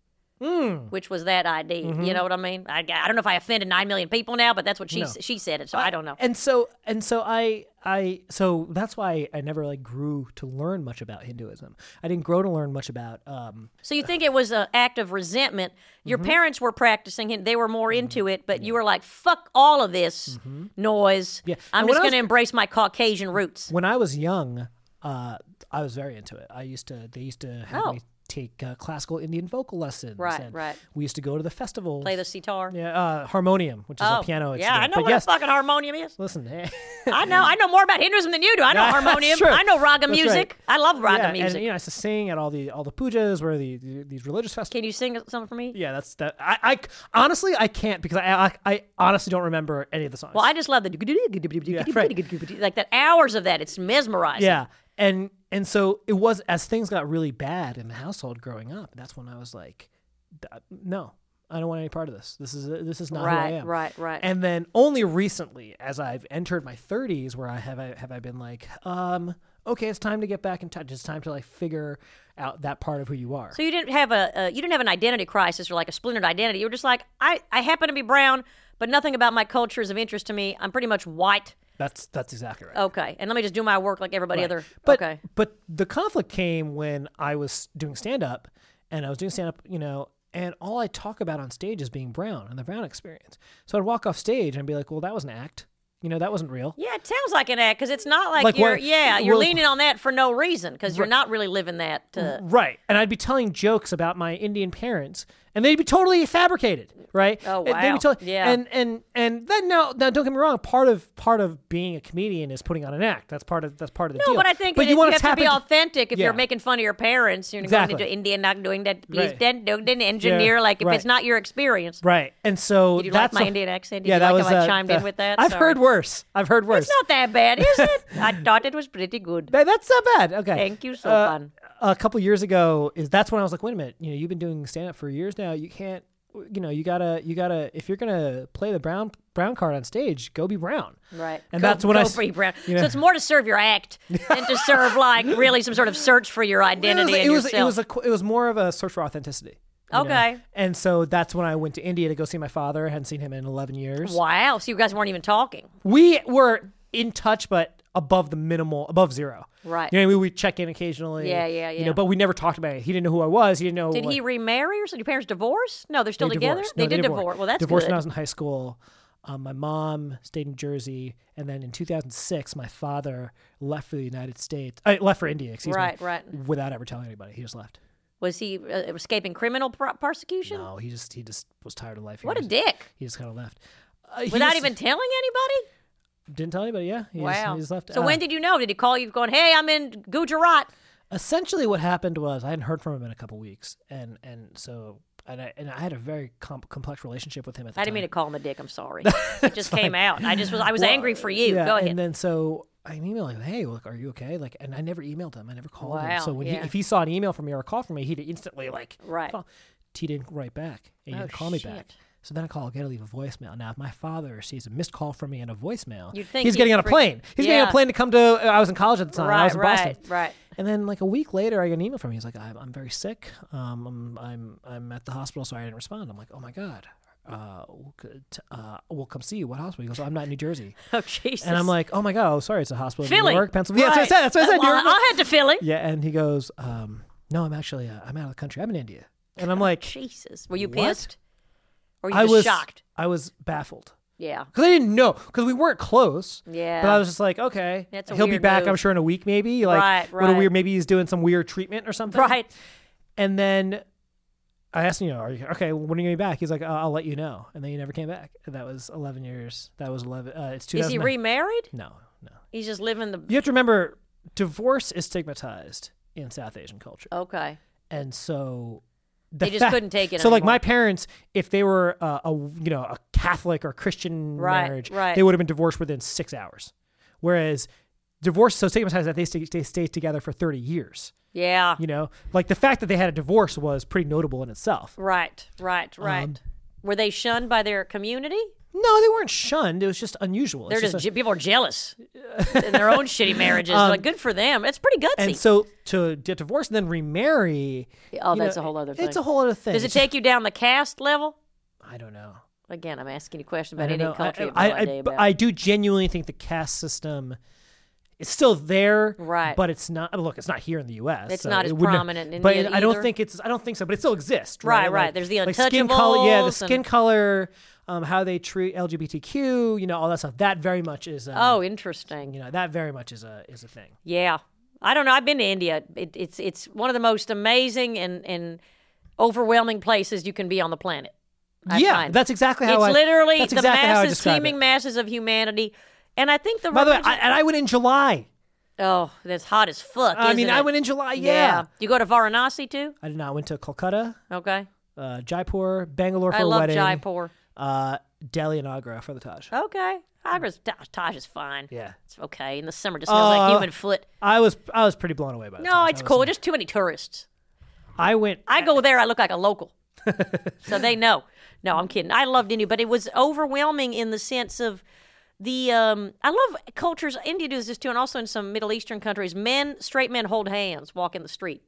S3: Hmm.
S2: which was that ID.
S3: Mm-hmm.
S2: You know what I mean? I, I don't know if I offended nine million people now, but that's what she s- she said it. So I don't know.
S3: And so, and so I, I, so that's why I never like grew to learn much about Hinduism. I didn't grow to learn much about, um,
S2: So you think it was an act of resentment? Your
S3: Mm-hmm.
S2: parents were practicing it; they were more into it, but you were like, "Fuck all of this noise!
S3: Mm-hmm. Yeah.
S2: I'm just
S3: And when I
S2: going
S3: was-
S2: to embrace my Caucasian roots."
S3: when I was young, uh, I was very into it. I used to, they used to have
S2: Oh.
S3: me take uh, classical Indian vocal lessons.
S2: Right,
S3: and
S2: right.
S3: We used to go to the festivals.
S2: Play the sitar.
S3: Yeah, uh, harmonium, which is
S2: Oh,
S3: a piano
S2: yeah,
S3: instrument.
S2: I know
S3: but
S2: what
S3: yes,
S2: a fucking harmonium is.
S3: listen. eh,
S2: I know, I know more about Hinduism than you do. I know
S3: That's
S2: harmonium.
S3: true.
S2: I know raga
S3: That's right.
S2: music. I love raga
S3: yeah,
S2: music.
S3: and you know, I used to sing at all the all the pujas where the, the these religious festivals.
S2: Can you sing something for me?
S3: Yeah, that's that. I, I c- honestly I can't because I, I I honestly don't remember any of the songs.
S2: Well, I just love the
S3: right.
S2: like that hours of that. It's mesmerizing.
S3: yeah, and and so it was as things got really bad in the household growing up. That's when I was like, "D- no, I don't want any part of this. This is uh, this is not who I
S2: Right,
S3: am.
S2: right, right.
S3: And then only recently, as I've entered my 30s, where I have I, have I been like, um, okay, it's time to get back in touch. It's time to like figure out that part of who you are.
S2: So you didn't have a uh, you didn't have an identity crisis or like a splintered identity. You were just like I I happen to be brown, but nothing about my culture is of interest to me. I'm pretty much white.
S3: that's that's exactly right.
S2: Okay, and let me just do my work like everybody other.
S3: But
S2: okay,
S3: but the conflict came when I was doing stand up, and I was doing stand up, you know, and all I talk about on stage is being brown and the brown experience. So I'd walk off stage and be like, well, that was an act. You know, that wasn't real.
S2: yeah, it sounds like an act because it's not like,
S3: Like
S2: you're
S3: what-
S2: yeah you're
S3: well- Mm-hmm.
S2: leaning on that for no reason because you're not really living that. Uh,
S3: Right. And I'd be telling jokes about my Indian parents and they'd be totally fabricated, right?
S2: Oh,
S3: And they'd
S2: wow.
S3: be totally-
S2: Yeah.
S3: And and and then now now don't get me wrong. Part of part of being a comedian is putting on an act. That's part of that's part of the
S2: No,
S3: deal.
S2: but I think that you,
S3: wanna
S2: have to be
S3: into-
S2: authentic if
S3: Yeah.
S2: you're making fun of your parents. You're
S3: Exactly.
S2: going to India, not doing that. Please
S3: Right.
S2: don't, don't don't engineer.
S3: Yeah,
S2: Like if
S3: right.
S2: it's not your experience,
S3: Right, and so
S2: Did you like
S3: that's
S2: my
S3: a-
S2: Indian accent? Did
S3: yeah,
S2: you
S3: that
S2: like
S3: was
S2: how I
S3: uh,
S2: chimed in
S3: uh,
S2: with that?
S3: I've
S2: Sorry.
S3: heard worse. I've heard worse.
S2: it's not that bad, is it? I thought it was pretty good.
S3: That- that's not bad. Okay.
S2: Thank you, so
S3: Uh,
S2: fun.
S3: A couple years ago is that's when I was like, wait a minute, you know, you've been doing stand up for years now. You can't, you know, you gotta, you gotta, if you're gonna play the brown brown card on stage, go be brown.
S2: Right.
S3: And
S2: Go-
S3: that's when I
S2: go
S3: s-
S2: free brown.
S3: you know.
S2: So it's more to serve your act than to serve like really some sort of search for your
S3: It was,
S2: identity
S3: it
S2: and
S3: was, it
S2: yourself.
S3: was a, qu- it was more of a search for authenticity. you know?
S2: Okay.
S3: And so that's when I went to India to go see my father. I hadn't seen him in 11 years.
S2: wow. So you guys weren't even talking.
S3: we were in touch, but above the minimal, above zero.
S2: Right.
S3: You know, we would check in occasionally.
S2: Yeah, yeah,
S3: You
S2: yeah.
S3: know, but we never talked about it. He didn't know who I was. He didn't know.
S2: Did
S3: what,
S2: he remarry or did your parents divorce? No, they're still
S3: They
S2: together.
S3: divorced.
S2: They
S3: No,
S2: did
S3: divorced.
S2: divorce. Well, that's
S3: divorced
S2: good.
S3: when I was in high school. Um, my mom stayed in Jersey, and then in 2006, my father left for the United States. Uh, left for India, excuse
S2: Right,
S3: me.
S2: right.
S3: Without ever telling anybody, he just left.
S2: Was he uh, escaping criminal pro- persecution?
S3: No, he just he just was tired of life. here.
S2: What a
S3: He just-
S2: dick.
S3: He just kind of left. Uh, he
S2: Without
S3: just
S2: even telling anybody?
S3: didn't tell anybody. Yeah, he just-
S2: wow.
S3: he just left.
S2: So
S3: Uh,
S2: when did you know? Did he call you going, hey, I'm in Gujarat?
S3: essentially what happened was I hadn't heard from him in a couple weeks, and and so and I and I had a very comp- complex relationship with him at the
S2: I
S3: time.
S2: didn't mean to call him a dick. I'm sorry. it just came out. I just was, I was angry for you.
S3: Yeah,
S2: Go ahead.
S3: And then so I emailed him, hey, look, are you okay? Like, and I never emailed him. I never called
S2: Wow,
S3: him. So when
S2: yeah.
S3: he, if he saw an email from me or a call from me, he'd instantly like,
S2: Right.
S3: call. He didn't write back. And he
S2: Oh,
S3: didn't call me back.
S2: shit.
S3: So then I call again, I leave a voicemail. Now, if my father sees a missed call from me and a voicemail,
S2: You'd think
S3: he's
S2: he'd
S3: getting on a
S2: freak-
S3: plane. He's getting on
S2: Yeah.
S3: a plane to come to, I was in college at the time. uh, I
S2: right,
S3: was in
S2: right,
S3: Boston.
S2: right.
S3: And then like a week later, I get an email from him. He's like, I'm, I'm very sick. Um, I'm, I'm, I'm at the hospital, so I didn't respond. I'm like, oh my God. Uh, we'll c- t- uh, we'll come see you. What hospital? He goes, I'm not in New Jersey.
S2: Oh, Jesus.
S3: And I'm like, oh my god, oh sorry, it's a hospital
S2: Philly.
S3: in New York, Pennsylvania. Yeah, that's what I said. That's what I said. New
S2: Well, uh,
S3: York,
S2: I'll head to Philly.
S3: Pen- yeah, and he goes, um, no, I'm actually, uh, I'm out of the country. I'm in India, and I'm like,
S2: Jesus. Were you
S3: What?
S2: pissed? Or were you
S3: I
S2: just
S3: was
S2: shocked?
S3: I was baffled
S2: Yeah.
S3: because I didn't know because we weren't close.
S2: Yeah.
S3: But I was just like, okay,
S2: That's a
S3: he'll be
S2: weird
S3: back. I'm
S2: move.
S3: sure in a week, maybe. Like,
S2: Right,
S3: what
S2: right.
S3: a weird. Maybe he's doing some weird treatment or something.
S2: Right.
S3: And then I asked him, you know, are you, okay, when are you gonna be back? He's like, uh, I'll let you know. And then he never came back. And that was 11 years. That was 11. Uh, it's 2000.
S2: Is he remarried?
S3: no, no.
S2: He's just living the.
S3: You have to remember, divorce is stigmatized in South Asian culture,
S2: Okay.
S3: and so
S2: They just couldn't take it
S3: So, like
S2: anymore.
S3: my parents, if they were uh, a you know a Catholic or Christian
S2: Right,
S3: marriage,
S2: right.
S3: they would have been divorced within six hours, whereas divorce is so stigmatized that they stay, they stayed together for thirty years.
S2: Yeah.
S3: You know, like the fact that they had a divorce was pretty notable in itself.
S2: Right, right,
S3: Um,
S2: right. Were they shunned by their community?
S3: No, they weren't shunned. It was just unusual. It's
S2: They're just,
S3: a-
S2: je- people are jealous in their own shitty marriages. like, good for them. It's pretty gutsy.
S3: Um, and so to get divorced and then remarry.
S2: oh,
S3: you
S2: that's
S3: know,
S2: a whole other thing.
S3: It's a whole other thing.
S2: Does it
S3: It's just-
S2: take you down the caste level?
S3: I don't know.
S2: Again, I'm asking you questions about
S3: don't
S2: any
S3: know.
S2: country.
S3: I,
S2: I, have no
S3: I-
S2: idea
S3: but
S2: about.
S3: I do genuinely think the caste system is still there,
S2: Right.
S3: But it's not. Look, it's not here in the U.S.
S2: It's
S3: so
S2: not
S3: it
S2: as
S3: wouldn't-
S2: prominent in
S3: but
S2: India
S3: I don't
S2: either.
S3: think it's. I don't think so. But it still exists,
S2: Right,
S3: right?
S2: right. There's the
S3: like skin color, yeah,
S2: untouchables
S3: the
S2: and-
S3: skin color, um, how they treat LGBTQ, you know, all that stuff. That very much is. A,
S2: oh, interesting.
S3: you know, that very much is a is a thing.
S2: Yeah, I don't know. I've been to India. It, it's it's one of the most amazing and and overwhelming places you can be on the planet. I
S3: yeah,
S2: find.
S3: that's exactly how
S2: it's
S3: I.
S2: literally
S3: that's
S2: the
S3: exactly how I
S2: masses,
S3: describe
S2: teeming
S3: it.
S2: masses of humanity. And I think the
S3: By the way, I,
S2: religion-
S3: and I went in July.
S2: oh, that's hot as fuck.
S3: I
S2: isn't
S3: mean, I
S2: it?
S3: went in July. Yeah.
S2: you go to Varanasi too.
S3: I did not. I went to Kolkata,
S2: Okay,
S3: uh, Jaipur, Bangalore for
S2: I
S3: a
S2: love
S3: wedding.
S2: Jaipur.
S3: uh, Delhi and Agra for the Taj.
S2: Okay, Agra's Ta- Taj is fine.
S3: Yeah,
S2: It's okay. In the summer, it just smells like
S3: Uh,
S2: human foot.
S3: I was I was pretty blown away by. The
S2: No,
S3: Taj.
S2: it's
S3: I was-
S2: cool. Just too many tourists.
S3: I went.
S2: I go there, I look like a local. so they know. No, I'm kidding. I loved India, but it was overwhelming in the sense of the um I love cultures India does this too, and also in some Middle Eastern countries, men, straight men hold hands, walk in the street.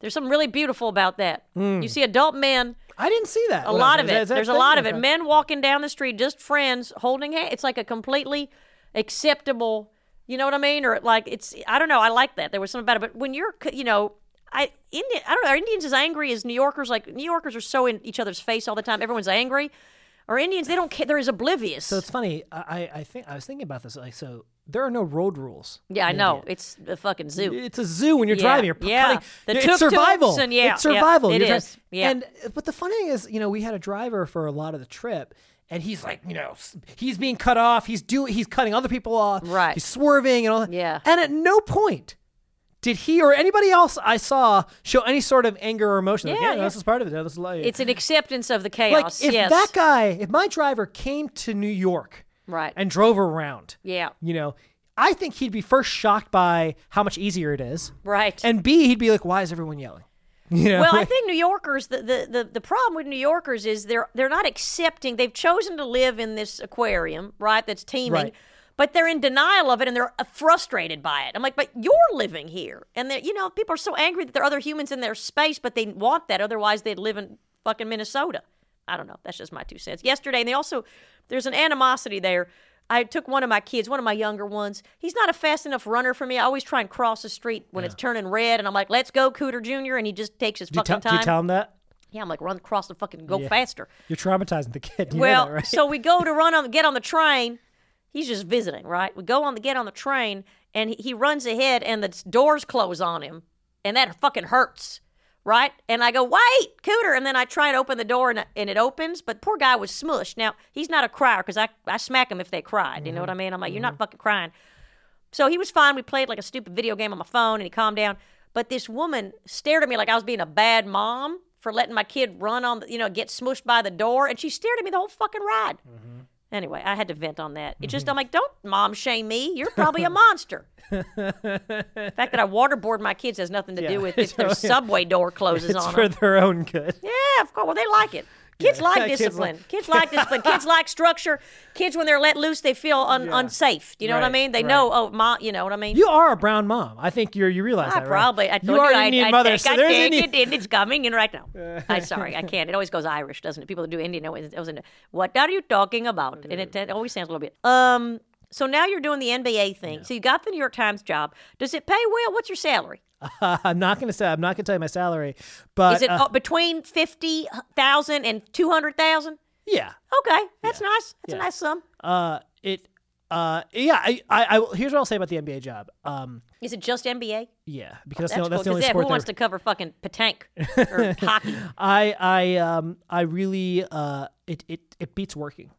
S2: There's something really beautiful about that. You see adult men,
S3: I didn't see that.
S2: a lot of it. There's a lot of it. Men walking down the street, just friends, holding hands. It's like a completely acceptable. You know what I mean? Or like it's. I don't know. I like that. There was something about it. But when you're, c- you know, I Indian. I don't know. Are Indians as angry as New Yorkers? Like New Yorkers are so in each other's face all the time. Everyone's angry. Or Indians, they don't care. They're as oblivious.
S3: So it's funny. I, I I think I was thinking about this. Like, so there are no road rules.
S2: yeah, I
S3: in
S2: know.
S3: India.
S2: It's a fucking zoo.
S3: It's a zoo when you're
S2: Yeah,
S3: driving. You're p-
S2: yeah.
S3: cutting.
S2: The
S3: it's
S2: tuk-tuks
S3: survival.
S2: and- yeah,
S3: it's
S2: yeah,
S3: survival.
S2: it
S3: You're dri-
S2: is. Yeah.
S3: And but the funny thing is, you know, we had a driver for a lot of the trip, and he's like, you know, s- he's being cut off. He's doing. He's cutting other people off.
S2: Right.
S3: He's swerving and all. that.
S2: Yeah.
S3: And at no point. Did he or anybody else I saw show any sort of anger or emotion? like,
S2: Yeah,
S3: yeah,
S2: yeah.
S3: this is part of it. This is like,
S2: It's an acceptance of the
S3: like
S2: chaos.
S3: if
S2: yes.
S3: that guy, if my driver came to New York
S2: right.
S3: and drove around,
S2: yeah.
S3: you know, I think he'd be first shocked by how much easier it is.
S2: Right.
S3: And B, he'd be like, "Why is everyone yelling?" You know?
S2: well, I think New Yorkers the, the, the, the problem with New Yorkers is they're they're not accepting they've chosen to live in this aquarium, right? That's teeming.
S3: Right.
S2: But they're in denial of it and they're uh, frustrated by it. I'm like, but you're living here. And that you know, people are so angry that there are other humans in their space, but they want that. Otherwise they'd live in fucking Minnesota. I don't know. That's just my two cents. Yesterday, and they also there's an animosity there. I took one of my kids, one of my younger ones. He's not a fast enough runner for me. I always try and cross the street when it's turning red, and I'm like, "Let's go, Cooter Junior," and he just takes his
S3: do you,
S2: fucking
S3: tell, do
S2: time.
S3: you tell him that
S2: Yeah, I'm like, "Run across the fucking, go faster."
S3: you're traumatizing the kid. You know
S2: well,
S3: that, right?
S2: so we go to run on, get on the train. He's just visiting, right? We go on the get on the train, and he, he runs ahead, and the doors close on him, and that fucking hurts, right? And I go, wait, Cooter, and then I try and open the door, and, and it opens, but poor guy was smushed. Now he's not a crier because I I smack him if they cried.
S3: Mm-hmm.
S2: You know what I mean? I'm like, you're not fucking crying. So he was fine. We played like a stupid video game on my phone and he calmed down. But this woman stared at me like I was being a bad mom for letting my kid run on, the, you know, get smushed by the door. And she stared at me the whole fucking ride.
S3: Mm-hmm.
S2: Anyway, I had to vent on that. It just, I'm like, don't mom shame me. You're probably a monster. the fact that I waterboard my kids has nothing to do with if their subway door closes
S3: it's
S2: on
S3: for
S2: them.
S3: their own good.
S2: Yeah, of course. Well, they like it. Kids like
S3: Kids
S2: discipline.
S3: like-
S2: Kids like discipline. Kids like structure. Kids, when they're let loose, they feel un- unsafe. You know what I
S3: Right,
S2: mean? They
S3: right.
S2: know, oh, mom, you know what I mean?
S3: You are a brown mom. I think you're. You realize
S2: I
S3: that, right?
S2: probably. I
S3: you
S2: told
S3: are
S2: I-
S3: an Indian
S2: I,
S3: mother,
S2: think-
S3: so
S2: I
S3: there's
S2: think
S3: Indian.
S2: it, and it's coming in right now. I'm sorry, I can't. It always goes Irish, doesn't it? People that do Indian always, always into, what are you talking about? And it, it always sounds a little bit. Um. So now you're doing the NBA thing. So you got the New York Times job. Does it pay well? What's your salary?
S3: I'm not going to say. I'm not going to tell you my salary, but
S2: Is it
S3: uh,
S2: uh, between fifty thousand and two hundred thousand?
S3: yeah.
S2: Okay, that's nice. That's a nice sum.
S3: Uh, it. Uh, yeah. I, I. I. Here's what I'll say about the NBA job. Um,
S2: Is it just NBA?
S3: yeah, because
S2: That's,
S3: that's, the, that's the
S2: cool.
S3: only
S2: 'cause
S3: sport
S2: who
S3: that-
S2: wants to cover fucking petanque or hockey?
S3: I I um I really uh it it, it beats working.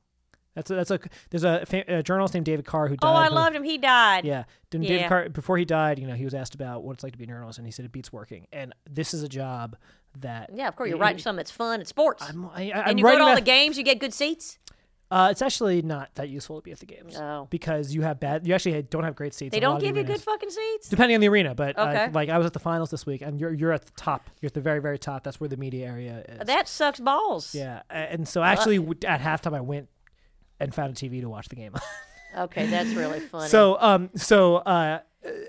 S3: That's a, that's a there's a, fa- a journalist named David Carr who died.
S2: Oh, I
S3: who-
S2: loved him. He died.
S3: Yeah, and
S2: Yeah.
S3: David Carr before he died, you know, he was asked about what it's like to be a journalist, and he said it beats working. And this is a job that
S2: Yeah, of course. You're writing something that's fun. It's sports.
S3: I'm, I, I'm
S2: and you go to
S3: writing
S2: all
S3: about-
S2: the games, you get good seats.
S3: Uh, it's actually not that useful to be at the games
S2: Oh.
S3: because you have bad. You actually don't have great seats.
S2: They
S3: in a lot
S2: don't
S3: of the
S2: give you
S3: arenas.
S2: good fucking seats.
S3: depending on the arena. But uh,
S2: Okay.
S3: like I was at the finals this week, and you're you're at the top. You're at the very very top. That's where the media area is.
S2: That sucks balls.
S3: Yeah, a- and so actually
S2: Uh,
S3: w at halftime I went and found a TV to watch the game. on.
S2: Okay, that's really funny.
S3: so um so uh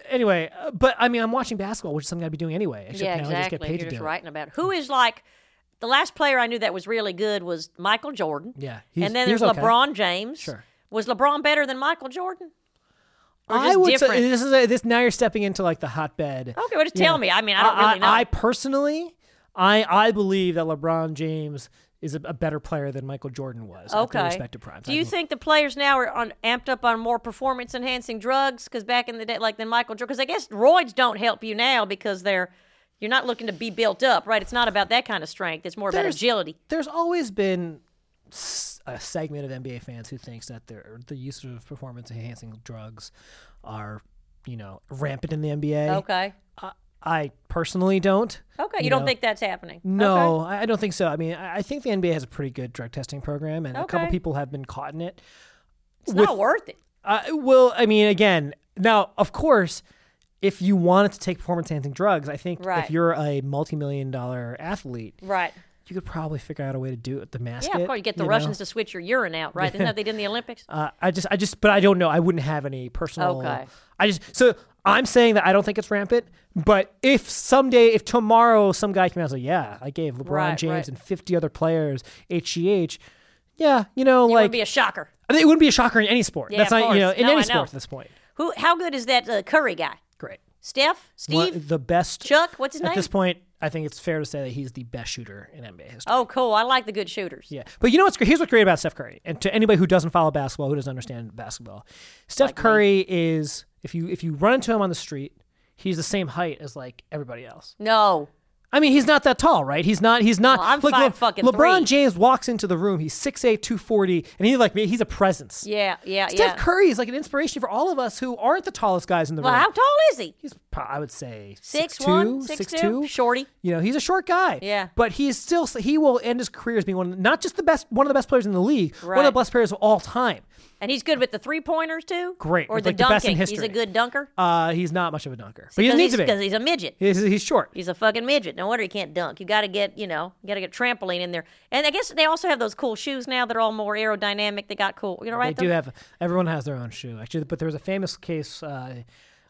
S3: anyway, uh, but I mean I'm watching basketball, which is something I'd be doing anyway. Except
S2: yeah,
S3: now
S2: exactly.
S3: I just get paid
S2: You're
S3: to
S2: just
S3: do
S2: writing about it. who is like the last player I knew that was really good was Michael Jordan.
S3: Yeah, he's-
S2: and then
S3: he was
S2: there's
S3: okay.
S2: LeBron James.
S3: Sure.
S2: Was LeBron better than Michael Jordan?
S3: it.
S2: Or just
S3: I would
S2: different?
S3: say this is a, this now you're stepping into like the hotbed.
S2: Okay, well, just tell me. I mean, I don't
S3: I,
S2: really know.
S3: I personally, I I believe that LeBron James is a, a better player than Michael Jordan was at
S2: okay.
S3: their respective primes.
S2: Do
S3: I
S2: you
S3: think-
S2: think the players now are on, amped up on more performance enhancing drugs? Because back in the day, like than Michael Jordan, because I guess roids don't help you now because they're you're not looking to be built up, right? It's not about that kind of strength. It's more about
S3: There's-
S2: agility.
S3: there's always been s- a segment of NBA fans who thinks that their the use of performance enhancing drugs are you know rampant in the NBA.
S2: Okay.
S3: I, I personally don't.
S2: Okay, you, don't
S3: know?
S2: think that's happening? Okay.
S3: No, I I don't think so. I mean, I I think the NBA has a pretty good drug testing program, and a couple
S2: Okay.
S3: people have been caught in it.
S2: It's not worth it.
S3: Uh, well, I mean, again, now of course, if you wanted to take performance enhancing drugs, I think
S2: Right.
S3: if you're a multi million dollar athlete,
S2: Right.
S3: you could probably figure out a way to do it. The mask.
S2: Yeah, of
S3: it,
S2: course. You get the
S3: know?
S2: Russians to switch your urine out, right? Isn't that what they did in the Olympics?
S3: Uh, I just, I just, but I don't know. I wouldn't have any personal.
S2: Okay.
S3: I just, so I'm saying that I don't think it's rampant. But if someday, if tomorrow some guy came out and said, "Yeah, I gave LeBron
S2: Right,
S3: James
S2: right.
S3: and 50 other players HGH," yeah, you know,
S2: it would
S3: like
S2: be a shocker.
S3: I think it wouldn't be a shocker in any sport.
S2: Yeah,
S3: That's
S2: of
S3: not, you know,
S2: course.
S3: in
S2: No, I
S3: any
S2: know.
S3: sport at this point.
S2: Who? How good is that uh, Curry guy?
S3: Great.
S2: Steph?
S3: One-
S2: Steve?
S3: the best
S2: Chuck? What's his
S3: at
S2: name?
S3: this point. I think it's fair to say that he's the best shooter in NBA history.
S2: Oh, cool. I like the good shooters.
S3: Yeah, but you know what's great? Here's what's great about Steph Curry, and to anybody who doesn't follow basketball, who doesn't understand basketball, Steph Curry is if you if you run into him on the street, he's the same height as like everybody else.
S2: No.
S3: I mean, he's not that tall, right? He's not. He's not.
S2: Well, I'm five fucking
S3: LeBron
S2: three.
S3: James walks into the room. He's 6'8", 240, and he like me. He's a presence.
S2: Yeah, yeah,
S3: Steph
S2: yeah.
S3: Curry is like an inspiration for all of us who aren't the tallest guys in the
S2: well,
S3: room.
S2: how tall is he?
S3: He's, pro- I would say,
S2: Six,
S3: six,
S2: one, six, two? Shorty.
S3: You know, he's a short guy.
S2: Yeah.
S3: but he's still he will end his career as being one, of- not just the best, one of the best players in the league, one
S2: Right.
S3: of the best players of all time.
S2: And he's good with the three pointers too.
S3: Great.
S2: Or
S3: With,
S2: the
S3: like, the
S2: dunking.
S3: best in
S2: He's a
S3: history.
S2: good dunker.
S3: Uh, he's not much of a dunker, but he needs to
S2: because
S3: be.
S2: he's a midget.
S3: He's, he's short.
S2: He's a fucking midget. No wonder he can't dunk. You got to get, you know, you got to get trampoline in there. And I guess they also have those cool shoes now that are all more aerodynamic. They got cool, you know,
S3: They
S2: right?
S3: do have everyone has their own shoe actually, but there was a famous case uh,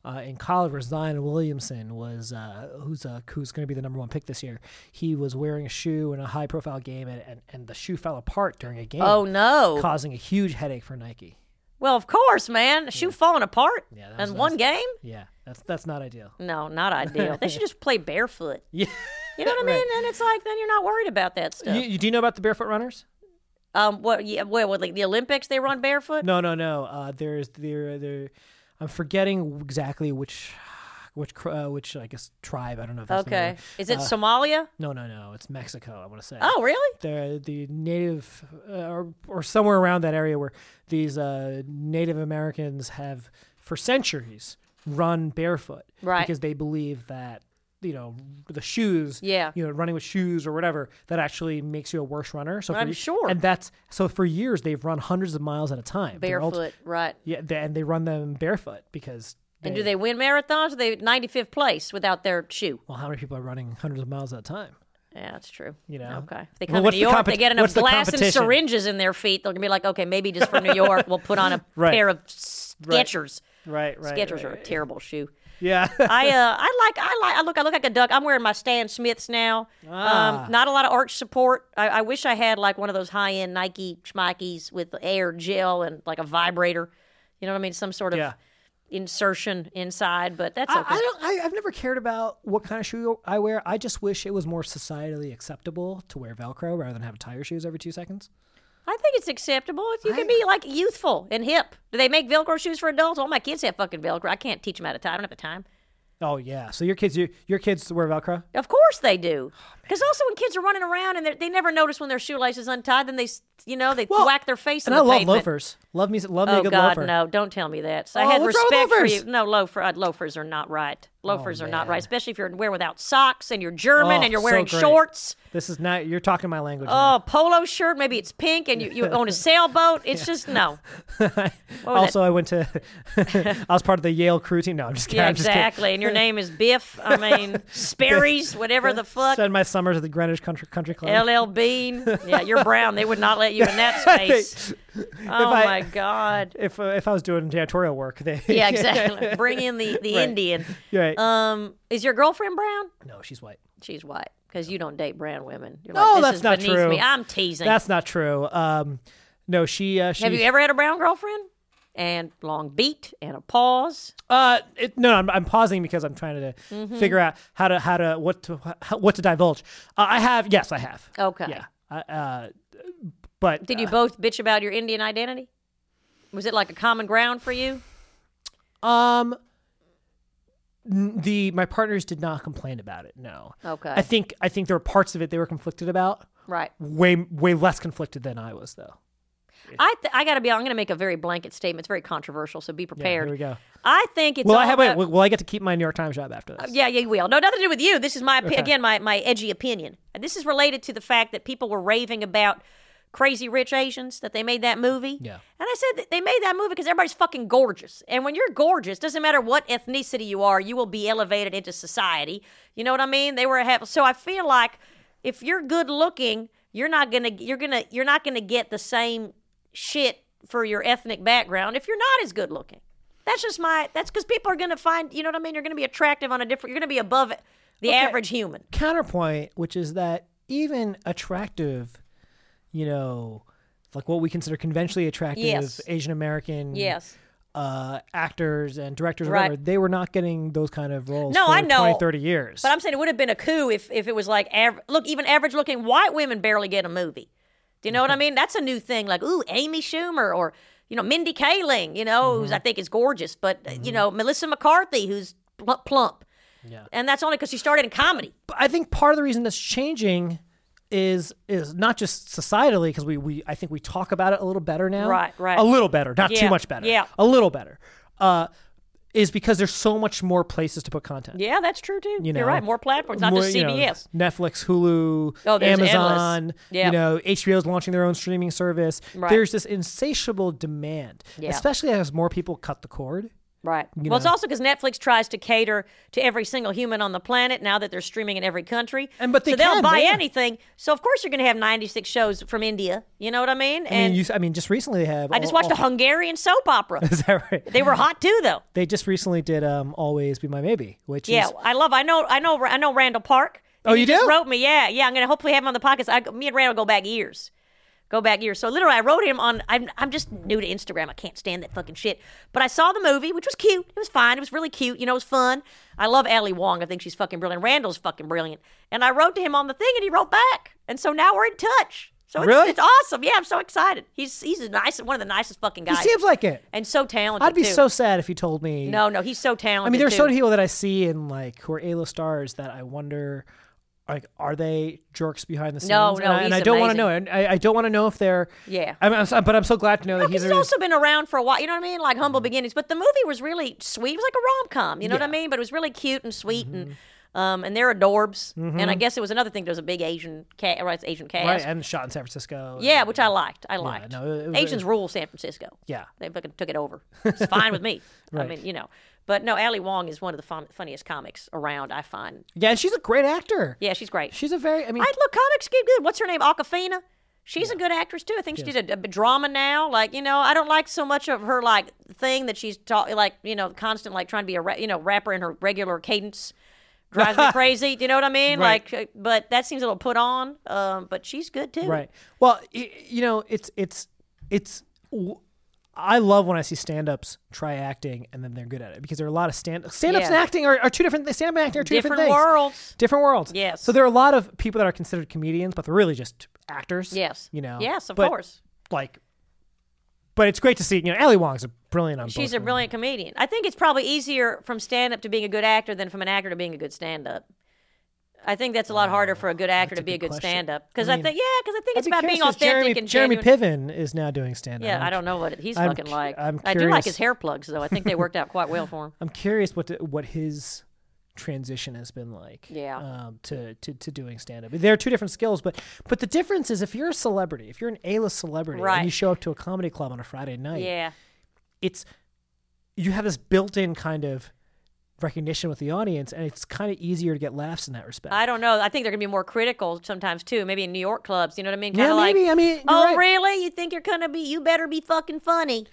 S3: uh, in college where Zion Williamson was uh, who's uh, who's going to be the number one pick this year. He was wearing a shoe in a high profile game, and, and, and the shoe fell apart during a game,
S2: oh no.
S3: causing a huge headache for Nike.
S2: Well, of course, man. A shoe falling apart
S3: that
S2: in
S3: was
S2: one game?
S3: Yeah, that's that's not ideal.
S2: No, not ideal. they should just play barefoot.
S3: Yeah.
S2: You know what I mean? And it's like then you're not worried about that stuff.
S3: You, you, do you know about the barefoot runners?
S2: um, what? Yeah, well, what, like the Olympics, they run barefoot.
S3: No, no, no. Uh, there's there there. I'm forgetting exactly which which cr- uh, which I guess tribe. I don't know. if that's Uh, the
S2: okay,
S3: name.
S2: is it Somalia?
S3: No, no, no. It's Mexico. I want to say.
S2: Oh, really?
S3: the the native uh, or, or somewhere around that area where these uh, Native Americans have for centuries run barefoot
S2: Right.
S3: because they believe that you know the shoes
S2: Yeah.
S3: you know running with shoes or whatever that actually makes you a worse runner so
S2: I'm
S3: for-
S2: sure.
S3: and that's so for years they've run hundreds of miles at a time They're ult-
S2: Barefoot, right?
S3: yeah they, and they run them barefoot because
S2: And do they win marathons? Are they 95th place without their shoe?
S3: well how many people are running hundreds of miles at a time
S2: Yeah, that's true.
S3: You know.
S2: okay. If they
S3: Well,
S2: come
S3: what's
S2: to New
S3: the
S2: York,
S3: compet-
S2: they get enough
S3: what's the
S2: glass and
S3: competition?
S2: syringes in their feet. They're gonna be like, okay, maybe just for New York, we'll put on a
S3: Right.
S2: pair of Skechers.
S3: right right
S2: Skechers are a terrible shoe.
S3: yeah
S2: I uh, I like I like I look I look like a duck. I'm wearing my Stan Smiths now.
S3: Ah.
S2: Um, not a lot of arch support. I, I wish I had like one of those high end Nike schmikeys with air gel and like a vibrator. You know what I mean? Some sort of
S3: Yeah.
S2: insertion inside, but that's
S3: I,
S2: okay.
S3: I don't. I, I've never cared about what kind of shoe I wear. I just wish it was more societally acceptable to wear Velcro rather than have tire shoes every two seconds.
S2: I think it's acceptable. You can be like youthful and hip. Do they make Velcro shoes for adults? All my kids have fucking Velcro. I can't teach them how to tie. I don't have the time.
S3: Oh yeah. So your kids, your, your kids wear Velcro.
S2: Of course they do.
S3: Oh,
S2: Because also when kids are running around and they're- they never notice when their shoelace is untied, then they s- you know they whack their face.
S3: And
S2: in
S3: I
S2: the
S3: love
S2: pavement.
S3: loafers. Love me, love me a
S2: Oh
S3: good
S2: God,
S3: loafer.
S2: no! Don't tell me that. So I
S3: Oh,
S2: had
S3: what's wrong with
S2: respect for you.
S3: loafers?
S2: No, loafer, uh, loafers are not right. Loafers are not right, especially if you're wearing without socks and you're German
S3: Oh,
S2: and you're
S3: so
S2: wearing
S3: great.
S2: shorts.
S3: This is not. You're talking my language. now.
S2: Oh, polo shirt. Maybe it's pink, and you, you own a sailboat. It's just no.
S3: also, I went to. I was part of the Yale crew team. No, I'm just kidding.
S2: Yeah,
S3: I'm just kidding.
S2: exactly. And your name is Biff. I mean, Sperry's, whatever the fuck.
S3: Spend my summers at the Greenwich Country Country Club.
S2: LL Bean. Yeah, you're brown. They would not let you in that space. Oh
S3: I-
S2: my god.
S3: if uh, if I was doing janitorial work, they.
S2: Yeah, exactly. Bring in the the Indian.
S3: Right.
S2: Um, is your girlfriend brown?
S3: no, she's white.
S2: She's white because you don't date brown women. You're like,
S3: No,
S2: this
S3: that's
S2: is
S3: not
S2: beneath
S3: true.
S2: me. I'm teasing.
S3: That's not true. Um, no, she. Uh, she
S2: Have you ever had a brown girlfriend? And long beat and a pause.
S3: Uh, it, no, I'm, I'm pausing because I'm trying to
S2: Mm-hmm.
S3: figure out how to how to what to how, what to divulge. Uh, I have yes, I have.
S2: Oh, Okay.
S3: Yeah. I, uh, but
S2: Did you both bitch about your Indian identity? Was it like a common ground for you?
S3: um, n- the my partners did not complain about it. No.
S2: Okay.
S3: I think I think there were parts of it they were conflicted about.
S2: Right.
S3: Way way less conflicted than I was though.
S2: I th- I gotta be. I'm gonna make a very blanket statement. It's very controversial, so be
S3: Here
S2: prepared.
S3: we go.
S2: I think it's.
S3: Well,
S2: all
S3: I have. Wait,
S2: about-
S3: will will I get to keep my New York Times job after this?
S2: yeah, yeah, you will. No, nothing to do with you. This is my opi- again my my edgy opinion. This is related to the fact that people were raving about Crazy Rich Asians that they made that movie.
S3: Yeah.
S2: and I said that they made that movie because everybody's fucking gorgeous, and when you're gorgeous, doesn't matter what ethnicity you are, you will be elevated into society. You know what I mean? They were have, so I feel like if you're good looking, you're not gonna you're gonna you're not gonna get the same shit for your ethnic background if you're not as good looking. That's just my. That's because people are going to find. You know what I mean. You're going to be attractive on a different. You're going to be above the average human.
S3: Mm. counterpoint, which is that even attractive, you know, like what we consider conventionally attractive
S2: Yes.
S3: Asian American,
S2: Yes.
S3: uh, actors and directors, or
S2: Right.
S3: whatever, they were not getting those kind of roles
S2: No,
S3: for
S2: I know.
S3: 20, 30 years.
S2: But I'm saying it would have been a coup if, if it was like aver- look, even average looking white women barely get a movie. Do you know
S3: Mm-hmm.
S2: what I mean? That's a new thing. Like ooh, Amy Schumer or you know Mindy Kaling, you know,
S3: Mm-hmm.
S2: who's I think is gorgeous, but uh, you know Melissa McCarthy, who's pl- plump.
S3: Yeah.
S2: And that's only because she started in comedy.
S3: But I think part of the reason that's changing is is not just societally because we, we I think we talk about it a little better now.
S2: Right, right.
S3: A little better, not too
S2: Yeah,
S3: much better.
S2: yeah.
S3: A little better. Uh, is because there's so much more places to put content.
S2: Yeah, that's true too. You
S3: know,
S2: are right. More platforms, not
S3: More,
S2: just
S3: you know,
S2: CBS.
S3: Netflix, Hulu,
S2: Oh, there's
S3: Amazon.
S2: endless. Yeah.
S3: You know, HBO's launching their own streaming service.
S2: Right.
S3: There's this insatiable demand,
S2: Yeah.
S3: especially as more people cut the cord.
S2: Right. well, it's also because Netflix tries to cater to every single human on the planet now that they're streaming in every country.
S3: And- but they
S2: so they'll
S3: can,
S2: buy
S3: yeah.
S2: anything. So of course you're going to have 96 shows from India. You know what I mean?
S3: I
S2: And
S3: mean, you, I mean, just recently they have.
S2: I just watched a
S3: all,
S2: Hungarian soap opera.
S3: Is that right?
S2: they were hot too, though.
S3: They just recently did um, "Always Be My Maybe," which
S2: Yeah,
S3: is
S2: I love. I know. I know. I know Randall Park.
S3: Oh,
S2: He
S3: you
S2: just
S3: do?
S2: Wrote me. Yeah, yeah. I'm going to hopefully have him on the podcast. I, me and Randall go back years. Go back years. So literally, I wrote him on. I'm, I'm just new to Instagram. I can't stand that fucking shit. But I saw the movie, which was cute. It was fine. It was really cute. You know, it was fun. I love Ellie Wong. I think she's fucking brilliant. Randall's fucking brilliant. And I wrote to him on the thing, and he wrote back. And so now we're in touch. So it's,
S3: Really?
S2: it's awesome. Yeah, I'm so excited. He's he's the nicest, one of the nicest fucking
S3: he
S2: guys,
S3: seems like it.
S2: and so talented.
S3: I'd be
S2: too.
S3: so sad if you told me.
S2: No, no, he's so talented.
S3: I mean, there's
S2: too.
S3: so many people that I see in like who are A-list stars that I wonder, like, are they jerks behind the scenes?
S2: No,
S3: and
S2: no,
S3: I, and
S2: he's
S3: I don't want to
S2: amazing.
S3: know. And I, I don't want to know if they're.
S2: Yeah.
S3: I'm, I'm, so- but I'm so glad to know that
S2: Because
S3: he's.
S2: he's also been around for a while. You know what I mean? Like humble beginnings. But the movie was really sweet. It was like a rom com. You know what I
S3: Yeah. Mm-hmm.
S2: mean? But it was really cute and sweet and. Um, and they're adorbs, and I guess it was another thing. There was a big Asian cast, right? it's Asian cast,
S3: right and shot in San Francisco.
S2: yeah, which I liked. I liked.
S3: no, it was-
S2: Asians rule San Francisco.
S3: Yeah.
S2: they fucking took it over. It's fine with me. I
S3: Right.
S2: mean, you know. But no, Ali Wong is one of the fun- funniest comics around. I find.
S3: yeah, and she's a great actor.
S2: Yeah, she's great.
S3: She's a very. I mean,
S2: I look comics get good. What's her name? Aquafina. She's a good actress too. I think she did a, a drama now. Like you know, I don't like so much of her like thing that she's talk like you know constant like trying to be a ra- you know rapper in her regular cadence drives me crazy. Do you know what I mean?
S3: Right.
S2: Like, uh, but that seems a little put on. Um, but she's good too.
S3: right. Well, y- you know, it's it's it's. w- I love when I see stand-ups try acting and then they're good at it because there are a lot of stand stand-ups
S2: Yeah.
S3: and acting are, are two different things. Stand-up and acting are two different,
S2: Different
S3: things.
S2: worlds.
S3: different worlds.
S2: Yes.
S3: So there are a lot of people that are considered comedians, but they're really just actors.
S2: Yes.
S3: You know.
S2: Yes, of
S3: But,
S2: course.
S3: Like, but it's great to see. You know, Ali Wong's a brilliant on.
S2: She's
S3: both
S2: a
S3: of them.
S2: brilliant comedian. I think it's probably easier from stand up to being a good actor than from an actor to being a good stand up. I think that's a lot harder for a good actor to be a
S3: good
S2: good
S3: question.
S2: stand up because I,
S3: I mean,
S2: think yeah, because I think
S3: I'd
S2: it's
S3: be
S2: about being
S3: curious 'cause
S2: authentic
S3: Jeremy,
S2: and
S3: Jeremy
S2: genuine.
S3: Piven is now doing stand-up.
S2: Yeah,
S3: I'm
S2: I don't know what it, he's
S3: I'm
S2: fucking
S3: cu-
S2: like.
S3: I'm
S2: I do like
S3: curious.
S2: his hair plugs though. I think they worked out quite well for him.
S3: I'm curious what the, what his transition has been like.
S2: Yeah.
S3: Um, to, to to doing stand up. There are two different skills, but but the difference is if you're a celebrity, if you're an A-list celebrity
S2: Right.
S3: and you show up to a comedy club on a Friday night,
S2: Yeah,
S3: it's you have this built-in kind of recognition with the audience and it's kind of easier to get laughs in that respect.
S2: I don't know. I think they're gonna be more critical sometimes too. Maybe in New York clubs, you know what I mean?
S3: yeah,
S2: Kinda like,
S3: maybe. I mean, you're
S2: oh
S3: right.
S2: really? You think you're gonna be? You better be fucking funny.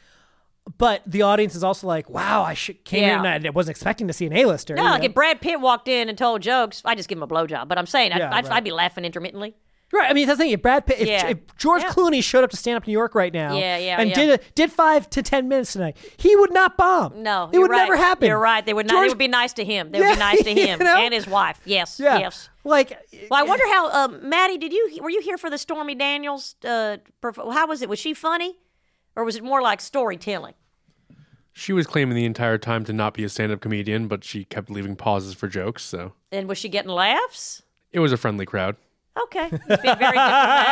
S3: but the audience is also like, "Wow, I should, came
S2: Yeah.
S3: in and I wasn't expecting to see an A-lister."
S2: No,
S3: you
S2: like
S3: know?
S2: if Brad Pitt walked in and told jokes, I just give him a blowjob. But I'm saying I'd,
S3: Yeah,
S2: I'd,
S3: right.
S2: I'd be laughing intermittently.
S3: Right. I mean, that's the thing. If Brad Pitt, if,
S2: Yeah.
S3: if George
S2: Yeah.
S3: Clooney showed up to stand up New York right now,
S2: Yeah, yeah,
S3: and
S2: yeah.
S3: did a, did five to ten minutes tonight, he would not bomb.
S2: No,
S3: it
S2: you're
S3: would
S2: right.
S3: never happen.
S2: You're right. They would not.
S3: George-
S2: They would be nice to him. They
S3: Yeah,
S2: would be nice to
S3: you
S2: him
S3: know?
S2: and his wife. Yes.
S3: Yeah.
S2: Yes.
S3: Like,
S2: Well, I wonder how um, Maddie. Did you were you here for the Stormy Daniels? Uh, perf- how was it? Was she funny, or was it more like storytelling?
S4: She was claiming the entire time to not be a stand up comedian, but she kept leaving pauses for jokes, so
S2: And was she getting laughs?
S4: it was a friendly crowd.
S2: Okay, He's being very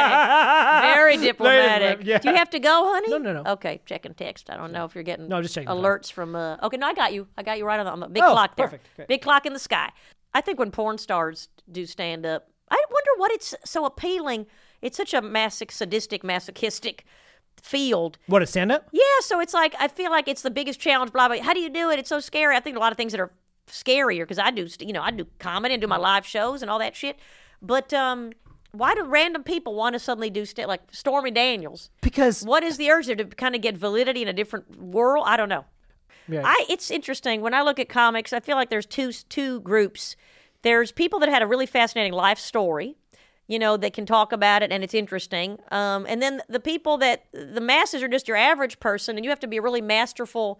S2: diplomatic. Very diplomatic.
S3: yeah.
S2: Do you have to go, honey?
S3: No, no, no.
S2: Okay, check and text. I don't know if you're getting
S3: No, I'm just checking time.
S2: alerts from. Uh, okay, no, I got you. I got you right on the, on the big
S3: Oh,
S2: clock there.
S3: perfect. Great.
S2: Big clock in the sky. I think when porn stars do stand up, I wonder what it's so appealing. It's such a masoch, sadistic, masochistic field.
S3: what a stand up.
S2: Yeah, so it's like I feel like it's the biggest challenge. Blah blah. How do you do it? It's so scary. I think a lot of things that are scarier because I do, st- you know, I do comedy and do my live shows and all that shit. But um, why do random people want to suddenly do st- like Stormy Daniels?
S3: Because
S2: What is the urge there to kind of get validity in a different world? I don't know.
S3: Yeah.
S2: I it's interesting when I look at comics. I feel like there's two two groups. There's people that had a really fascinating life story, you know, that can talk about it and it's interesting. Um, and then the people that the masses are just your average person, and you have to be a really masterful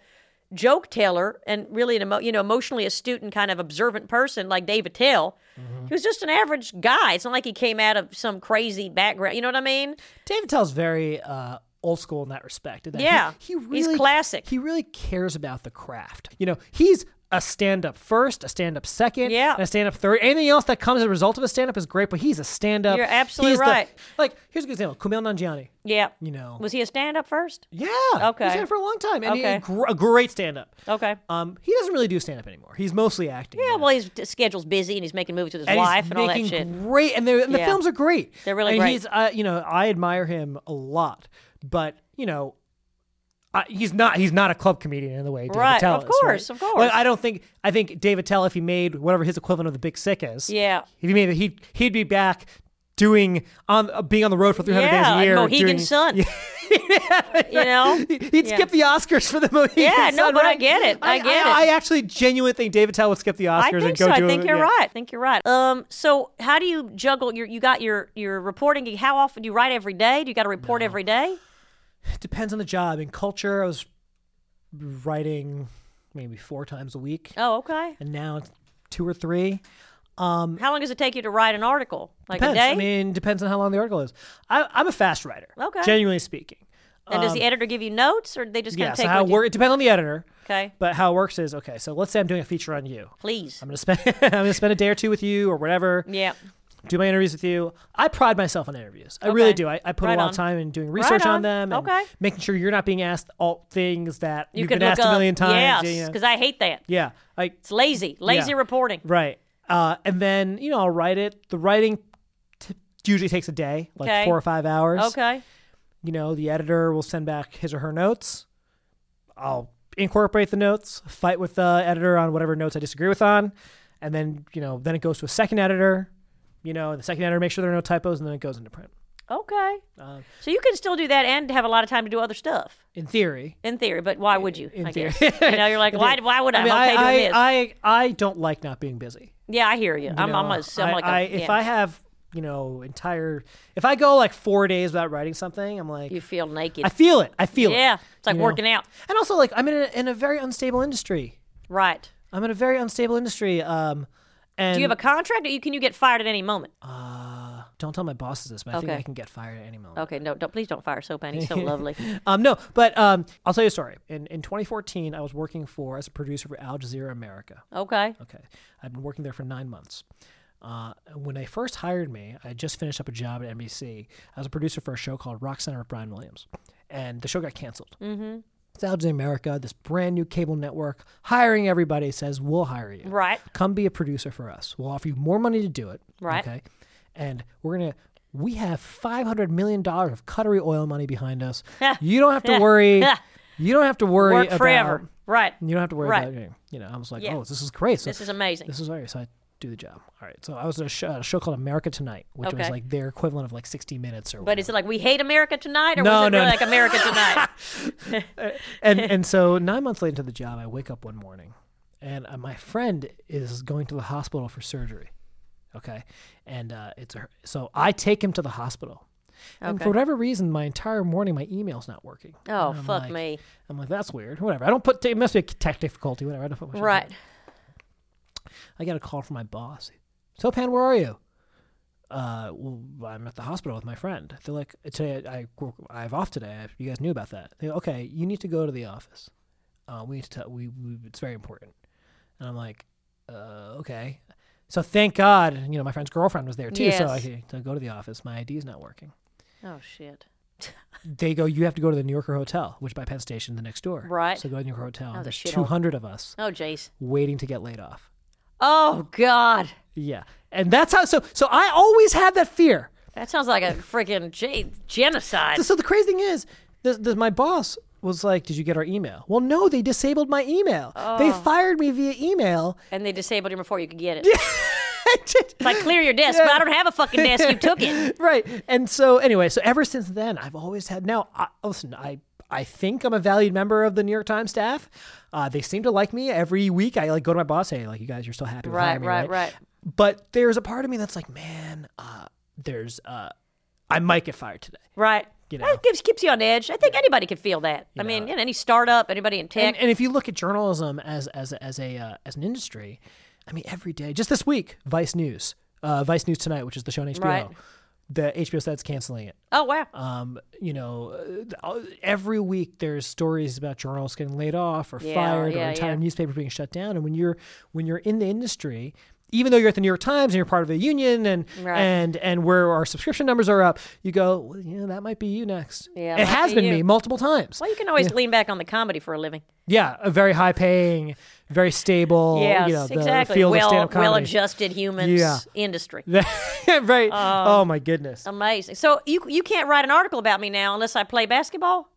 S2: joke teller and really an emo- you know emotionally astute and kind of observant person like David Tell.
S3: Mm-hmm.
S2: He was just an average guy. It's not like he came out of some crazy background. You know what I mean?
S3: David Tell's very uh, old school in that respect. in that he-
S2: Yeah.
S3: he,
S2: He's
S3: really
S2: classic.
S3: He really cares about the craft. You know, he's a stand up first, a stand up second,
S2: Yeah.
S3: and a stand up third. Anything else that comes as a result of a stand up is great, but he's a stand up.
S2: You're absolutely right.
S3: like, here's a good example: Kumail Nanjiani.
S2: Yeah.
S3: You know,
S2: Was he a stand up first?
S3: yeah,
S2: Okay.
S3: he's had it for a long time, and he-
S2: Okay.
S3: gr- a great stand up.
S2: Okay.
S3: Um, he doesn't really do stand up anymore. He's mostly acting.
S2: Yeah,
S3: now.
S2: well, his schedule's busy and he's making movies with his
S3: and
S2: wife
S3: he's
S2: and all that
S3: making
S2: shit.
S3: Great, and, they're- and the
S2: Yeah.
S3: films are great.
S2: They're really
S3: and
S2: great.
S3: He's, uh, you know, I admire him a lot, but you know, I, he's not he's not a club comedian in the way David
S2: Right,
S3: Tell
S2: of
S3: is,
S2: course,
S3: right?
S2: of course.
S3: Like, I don't think I think David Tell, if he made whatever his equivalent of the Big Sick is,
S2: Yeah.
S3: if he made it, he'd he'd be back doing on uh, being on the road for 300 days
S2: Yeah,
S3: a year.
S2: Mohegan
S3: doing-
S2: Sun. you know?
S3: He- He'd
S2: Yeah.
S3: skip the Oscars for the Mohegan
S2: Yeah, no,
S3: Sun,
S2: but I
S3: right?
S2: get it. I get
S3: I,
S2: it.
S3: actually genuinely think David Tell would skip the Oscars
S2: I
S3: and
S2: think
S3: go
S2: so. I
S3: do
S2: think
S3: it.
S2: you're
S3: yeah.
S2: right. I think you're right. Um, so how do you juggle your? You got your your reporting gig. How often do you write every day? Do you got to report every day?
S3: it depends on the job and culture. I was writing maybe four times a week,
S2: Oh, okay.
S3: and now it's two or three.
S2: How long does it take you to write an article? Like
S3: Mm. Depends.
S2: a day?
S3: I mean, depends on how long the article is. I, I'm a fast writer.
S2: Okay.
S3: Genuinely speaking.
S2: and does the editor give you notes, or do they just kind
S3: um, Yeah.
S2: of
S3: So
S2: take?
S3: how it
S2: what you-
S3: work? It depends on the editor.
S2: Okay,
S3: But how it works is okay. So let's say I'm doing a feature on you.
S2: please.
S3: I'm gonna spend I'm gonna spend a day or two with you or whatever.
S2: Yeah.
S3: do my interviews with you. I pride myself on interviews. I
S2: Okay.
S3: really do. I, I put
S2: Right
S3: a lot
S2: on.
S3: of time in doing research on.
S2: on.
S3: them and
S2: Okay.
S3: making sure you're not being asked all things that
S2: You
S3: have
S2: can
S3: been
S2: look
S3: asked
S2: up.
S3: a million times. you
S2: Yes,
S3: know.
S2: because I hate that.
S3: Yeah. Like
S2: It's lazy, lazy
S3: Yeah.
S2: reporting.
S3: right. Uh, and then, you know, I'll write it. The writing t- usually takes a day, like
S2: Okay.
S3: four or five hours.
S2: Okay.
S3: You know, the editor will send back his or her notes. I'll incorporate the notes, fight with the editor on whatever notes I disagree with on. And then, you know, then it goes to a second editor. You know, the second editor makes sure there are no typos, and then it goes into print.
S2: Okay.
S3: Um,
S2: so you can still do that and have a lot of time to do other stuff.
S3: In theory,
S2: In theory, but why would you?
S3: in
S2: I
S3: theory.
S2: guess. you know, you're like, why, why would I?
S3: I mean,
S2: am okay
S3: I,
S2: doing this.
S3: I, I, I don't like not being busy.
S2: yeah, I hear you. I'm,
S3: know,
S2: I'm, a, I'm
S3: I-
S2: like, a-
S3: I- if
S2: yeah.
S3: I have, you know, entire, if I go like four days without writing something, I'm like,
S2: you feel naked.
S3: I feel it. I feel it.
S2: yeah, it's like
S3: you know.
S2: working out.
S3: And also, like, I'm in a, in a very unstable industry.
S2: Right.
S3: I'm in a very unstable industry. Um, Uh, and
S2: Do you have a contract, or you, can you get fired at any moment?
S3: don't tell my bosses this, but I think
S2: Okay.
S3: I can get fired at any moment.
S2: Okay, no, don't please don't fire Sopan. He's so lovely.
S3: Um, no, but um, I'll tell you a story. In in 2014, I was working for as a producer for Al Jazeera America.
S2: Okay,
S3: Okay. I've been working there for nine months. Uh, when they first hired me, I had just finished up a job at NBC. I was a producer for a show called Rock Center with Brian Williams, and the show got canceled. Mm-hmm. It's out in America, this brand new cable network hiring everybody says we'll hire you.
S2: right.
S3: Come be a producer for us. We'll offer you more money to do it.
S2: Right.
S3: Okay. And we're gonna. We have five hundred million dollars of Qatari oil money behind us. you don't have to worry. you don't have to worry
S2: Work
S3: about.
S2: forever. right.
S3: You don't have to worry
S2: Right.
S3: about. You know, I was like,
S2: Yeah.
S3: oh, this is great. So
S2: This is amazing.
S3: this is all right. So I do the job. All right. So I was at a show, a show called America Tonight, which was
S2: Okay.
S3: like their equivalent of like 60 Minutes or
S2: but is it like we hate America tonight, or
S3: No,
S2: was it
S3: no,
S2: really
S3: no.
S2: like America tonight?
S3: and and so nine months late into the job, I wake up one morning, and uh, my friend is going to the hospital for surgery. Okay, and uh, it's her. So I take him to the hospital, and for whatever reason, my entire morning, my email's not working.
S2: Oh,
S3: And I'm
S2: fuck
S3: like-
S2: me.
S3: I'm like, that's weird. Whatever. I don't put. It must be a tech difficulty. Whatever. I don't put my shit in
S2: Right.
S3: it. I got a call from my boss. So, Pan, where are you? Uh, well, I'm at the hospital with my friend. They're like, today I, I have off today. I, you guys knew about that. They go, okay, you need to go to the office. Uh, we need to tell. We, we it's very important. And I'm like, uh, okay. So thank God, you know, my friend's girlfriend was there too. So I
S2: Yes.
S3: could to go to the office. My ID is not working.
S2: Oh shit.
S3: They go, you have to go to the New Yorker Hotel, which is by Penn Station, the next door.
S2: Right. Oh,
S3: So go to the New Yorker Hotel.
S2: the
S3: There's
S2: shithole.
S3: 200 of us
S2: Oh jeez.
S3: waiting to get laid off.
S2: Oh god.
S3: Yeah. And that's how so so I always had that fear.
S2: That sounds like a freaking ge- genocide.
S3: So the crazy thing is, this, this, my boss was like, "Did you get our email?" Well, no, they disabled my email. They
S2: Oh.
S3: fired me via email.
S2: And they disabled him before you could get it. It's like clear your desk, but I don't have a fucking desk. You took it.
S3: right. And so anyway, so ever since then, I've always had. Now, I, listen, I I think I'm a valued member of the New York Times staff. Uh, they seem to like me every week. I like go to my boss, hey, like you guys, you're still happy, with
S2: Right,
S3: hiring me,
S2: right, right.
S3: But there's a part of me that's like, man, uh, there's uh, I might get fired today.
S2: right?
S3: You know.
S2: That gives keeps you on edge. I think anybody could feel that. I mean, you know, any startup, anybody in tech,
S3: And, uh, and if you look at journalism as as as a uh, as an industry, I mean, every day, just this week, Vice News, uh, Vice News tonight, which is the show on HBO,
S2: Right.
S3: the HBO that's canceling it.
S2: oh wow,
S3: Um, you know, uh, th- all- every week there's stories about journalists getting laid off or
S2: Yeah,
S3: fired or
S2: yeah,
S3: entire
S2: yeah.
S3: newspapers being shut down. And when you're when you're in the industry, even though you're at the New York Times and you're part of a union and
S2: Right.
S3: and and where our subscription numbers are up, you go, well, you know, that might be you next.
S2: Yeah,
S3: it
S2: might
S3: has
S2: be
S3: been
S2: you.
S3: me multiple times.
S2: well, you can always lean back on the comedy for a living.
S3: Yeah, a very high paying, very stable.
S2: yes,
S3: Oh, you know, the
S2: exactly.
S3: Field of
S2: well,
S3: stand-up comedy.
S2: well-adjusted humans
S3: Yeah.
S2: industry.
S3: right.
S2: Um,
S3: oh my goodness.
S2: Amazing. So you you can't write an article about me now unless I play basketball.
S3: Mm.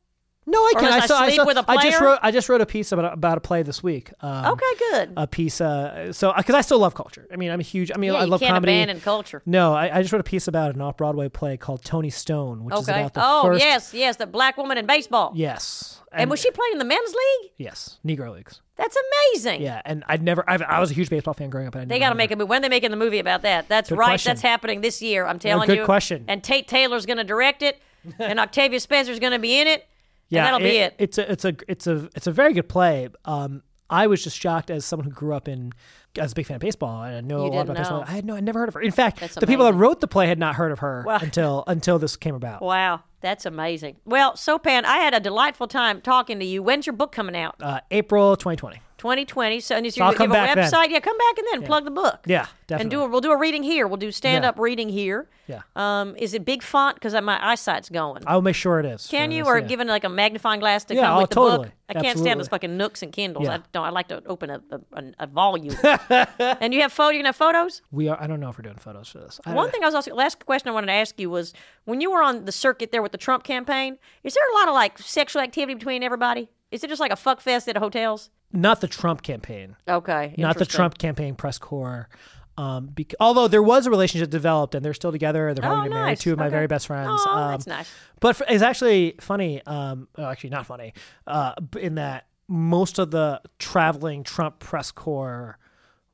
S3: No, I can.
S2: unless
S3: I
S2: I
S3: saw. I,
S2: sleep
S3: saw
S2: with a
S3: I just
S2: player?
S3: wrote. I just wrote a piece about about a play this week. Um,
S2: Okay, good.
S3: A piece. Uh, so because I still love culture. I mean, I'm a huge. I mean,
S2: yeah,
S3: I
S2: you
S3: love
S2: can't
S3: comedy.
S2: abandon culture.
S3: no, I, I just wrote a piece about an off-Broadway play called Tony Stone, which is
S2: Okay.
S3: about the
S2: Oh
S3: first.
S2: yes, yes, the black woman in baseball.
S3: Yes.
S2: And, was she playing in the men's league?
S3: yes, Negro Leagues.
S2: That's amazing.
S3: Yeah, and I'd never. I've, I was a huge baseball fan growing up. And I
S2: They got to make a movie. When are they making the movie about that? That's
S3: Good
S2: right.
S3: question.
S2: That's happening this year. I'm telling
S3: good
S2: you.
S3: question.
S2: And Tate Taylor's going to direct it, and Octavia Spencer's going to be in it.
S3: Yeah,
S2: and that'll be it.
S3: It's a it's a it's a it's a very good play. Um, I was just shocked as someone who grew up in as a big fan of baseball and I know a lot
S2: didn't
S3: about baseball.
S2: know.
S3: I had no, I never heard of her. In fact, the people that
S2: amazing.
S3: wrote the play had not heard of her until until this came about.
S2: Wow, that's amazing. Well, Sopan, I had a delightful time talking to you. When's your book coming out?
S3: Uh, April 2020.
S2: 2020. So, and is
S3: I'll
S2: your, you have
S3: come
S2: a
S3: back then.
S2: website? Yeah, come back and then plug the book.
S3: Yeah, definitely.
S2: And do a, we'll do a reading here. We'll do stand up reading here.
S3: Yeah.
S2: Um, is it big font? Because my eyesight's going.
S3: I will make sure it is.
S2: Can
S3: for
S2: you
S3: this,
S2: or
S3: Uh, yeah.
S2: given like a magnifying glass to
S3: Yeah,
S2: come
S3: oh,
S2: with the
S3: totally.
S2: book? I can't stand those
S3: Absolutely.
S2: fucking Nooks and Kindles.
S3: Yeah.
S2: I don't. I like to open a a, a volume. and you have photo. You can have photos.
S3: we are? I don't know if we're doing photos for this. I
S2: One thing I was also last question I wanted to ask you was when you were on the circuit there with the Trump campaign, is there a lot of like sexual activity between everybody? Is it just like a fuck fest at hotels?
S3: not the Trump campaign.
S2: Okay,
S3: not the
S2: interesting.
S3: Trump campaign press corps. Um, bec- although there was a relationship developed and they're still together, they're probably
S2: Oh,
S3: gonna marry
S2: nice.
S3: two of my
S2: Okay.
S3: very best friends.
S2: Oh,
S3: um,
S2: that's nice.
S3: But f it's actually funny. Um, oh, actually not funny. Uh, b- in that most of the traveling Trump press corps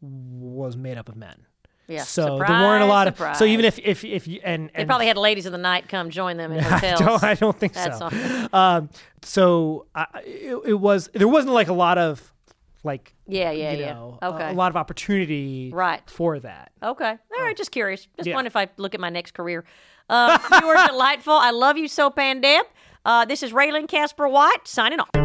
S3: was made up of men.
S2: Yeah.
S3: So there
S2: Surprise,
S3: weren't a lot of.
S2: surprise.
S3: So even if if if you and, and
S2: they probably had ladies of the night come join them in
S3: I
S2: hotels.
S3: don't, I don't think
S2: That's
S3: so. Um, so I, it, it was there wasn't like a lot of like
S2: Yeah, yeah,
S3: you
S2: yeah.
S3: know a-
S2: okay.
S3: a, lot of opportunity
S2: Right.
S3: for that.
S2: Okay. All right. Just curious. Just
S3: Yeah.
S2: wondering if I look at my next career. Uh, Um, you are delightful. I love you, Sopan Deb. Uh, this is Raylan Casper White signing off.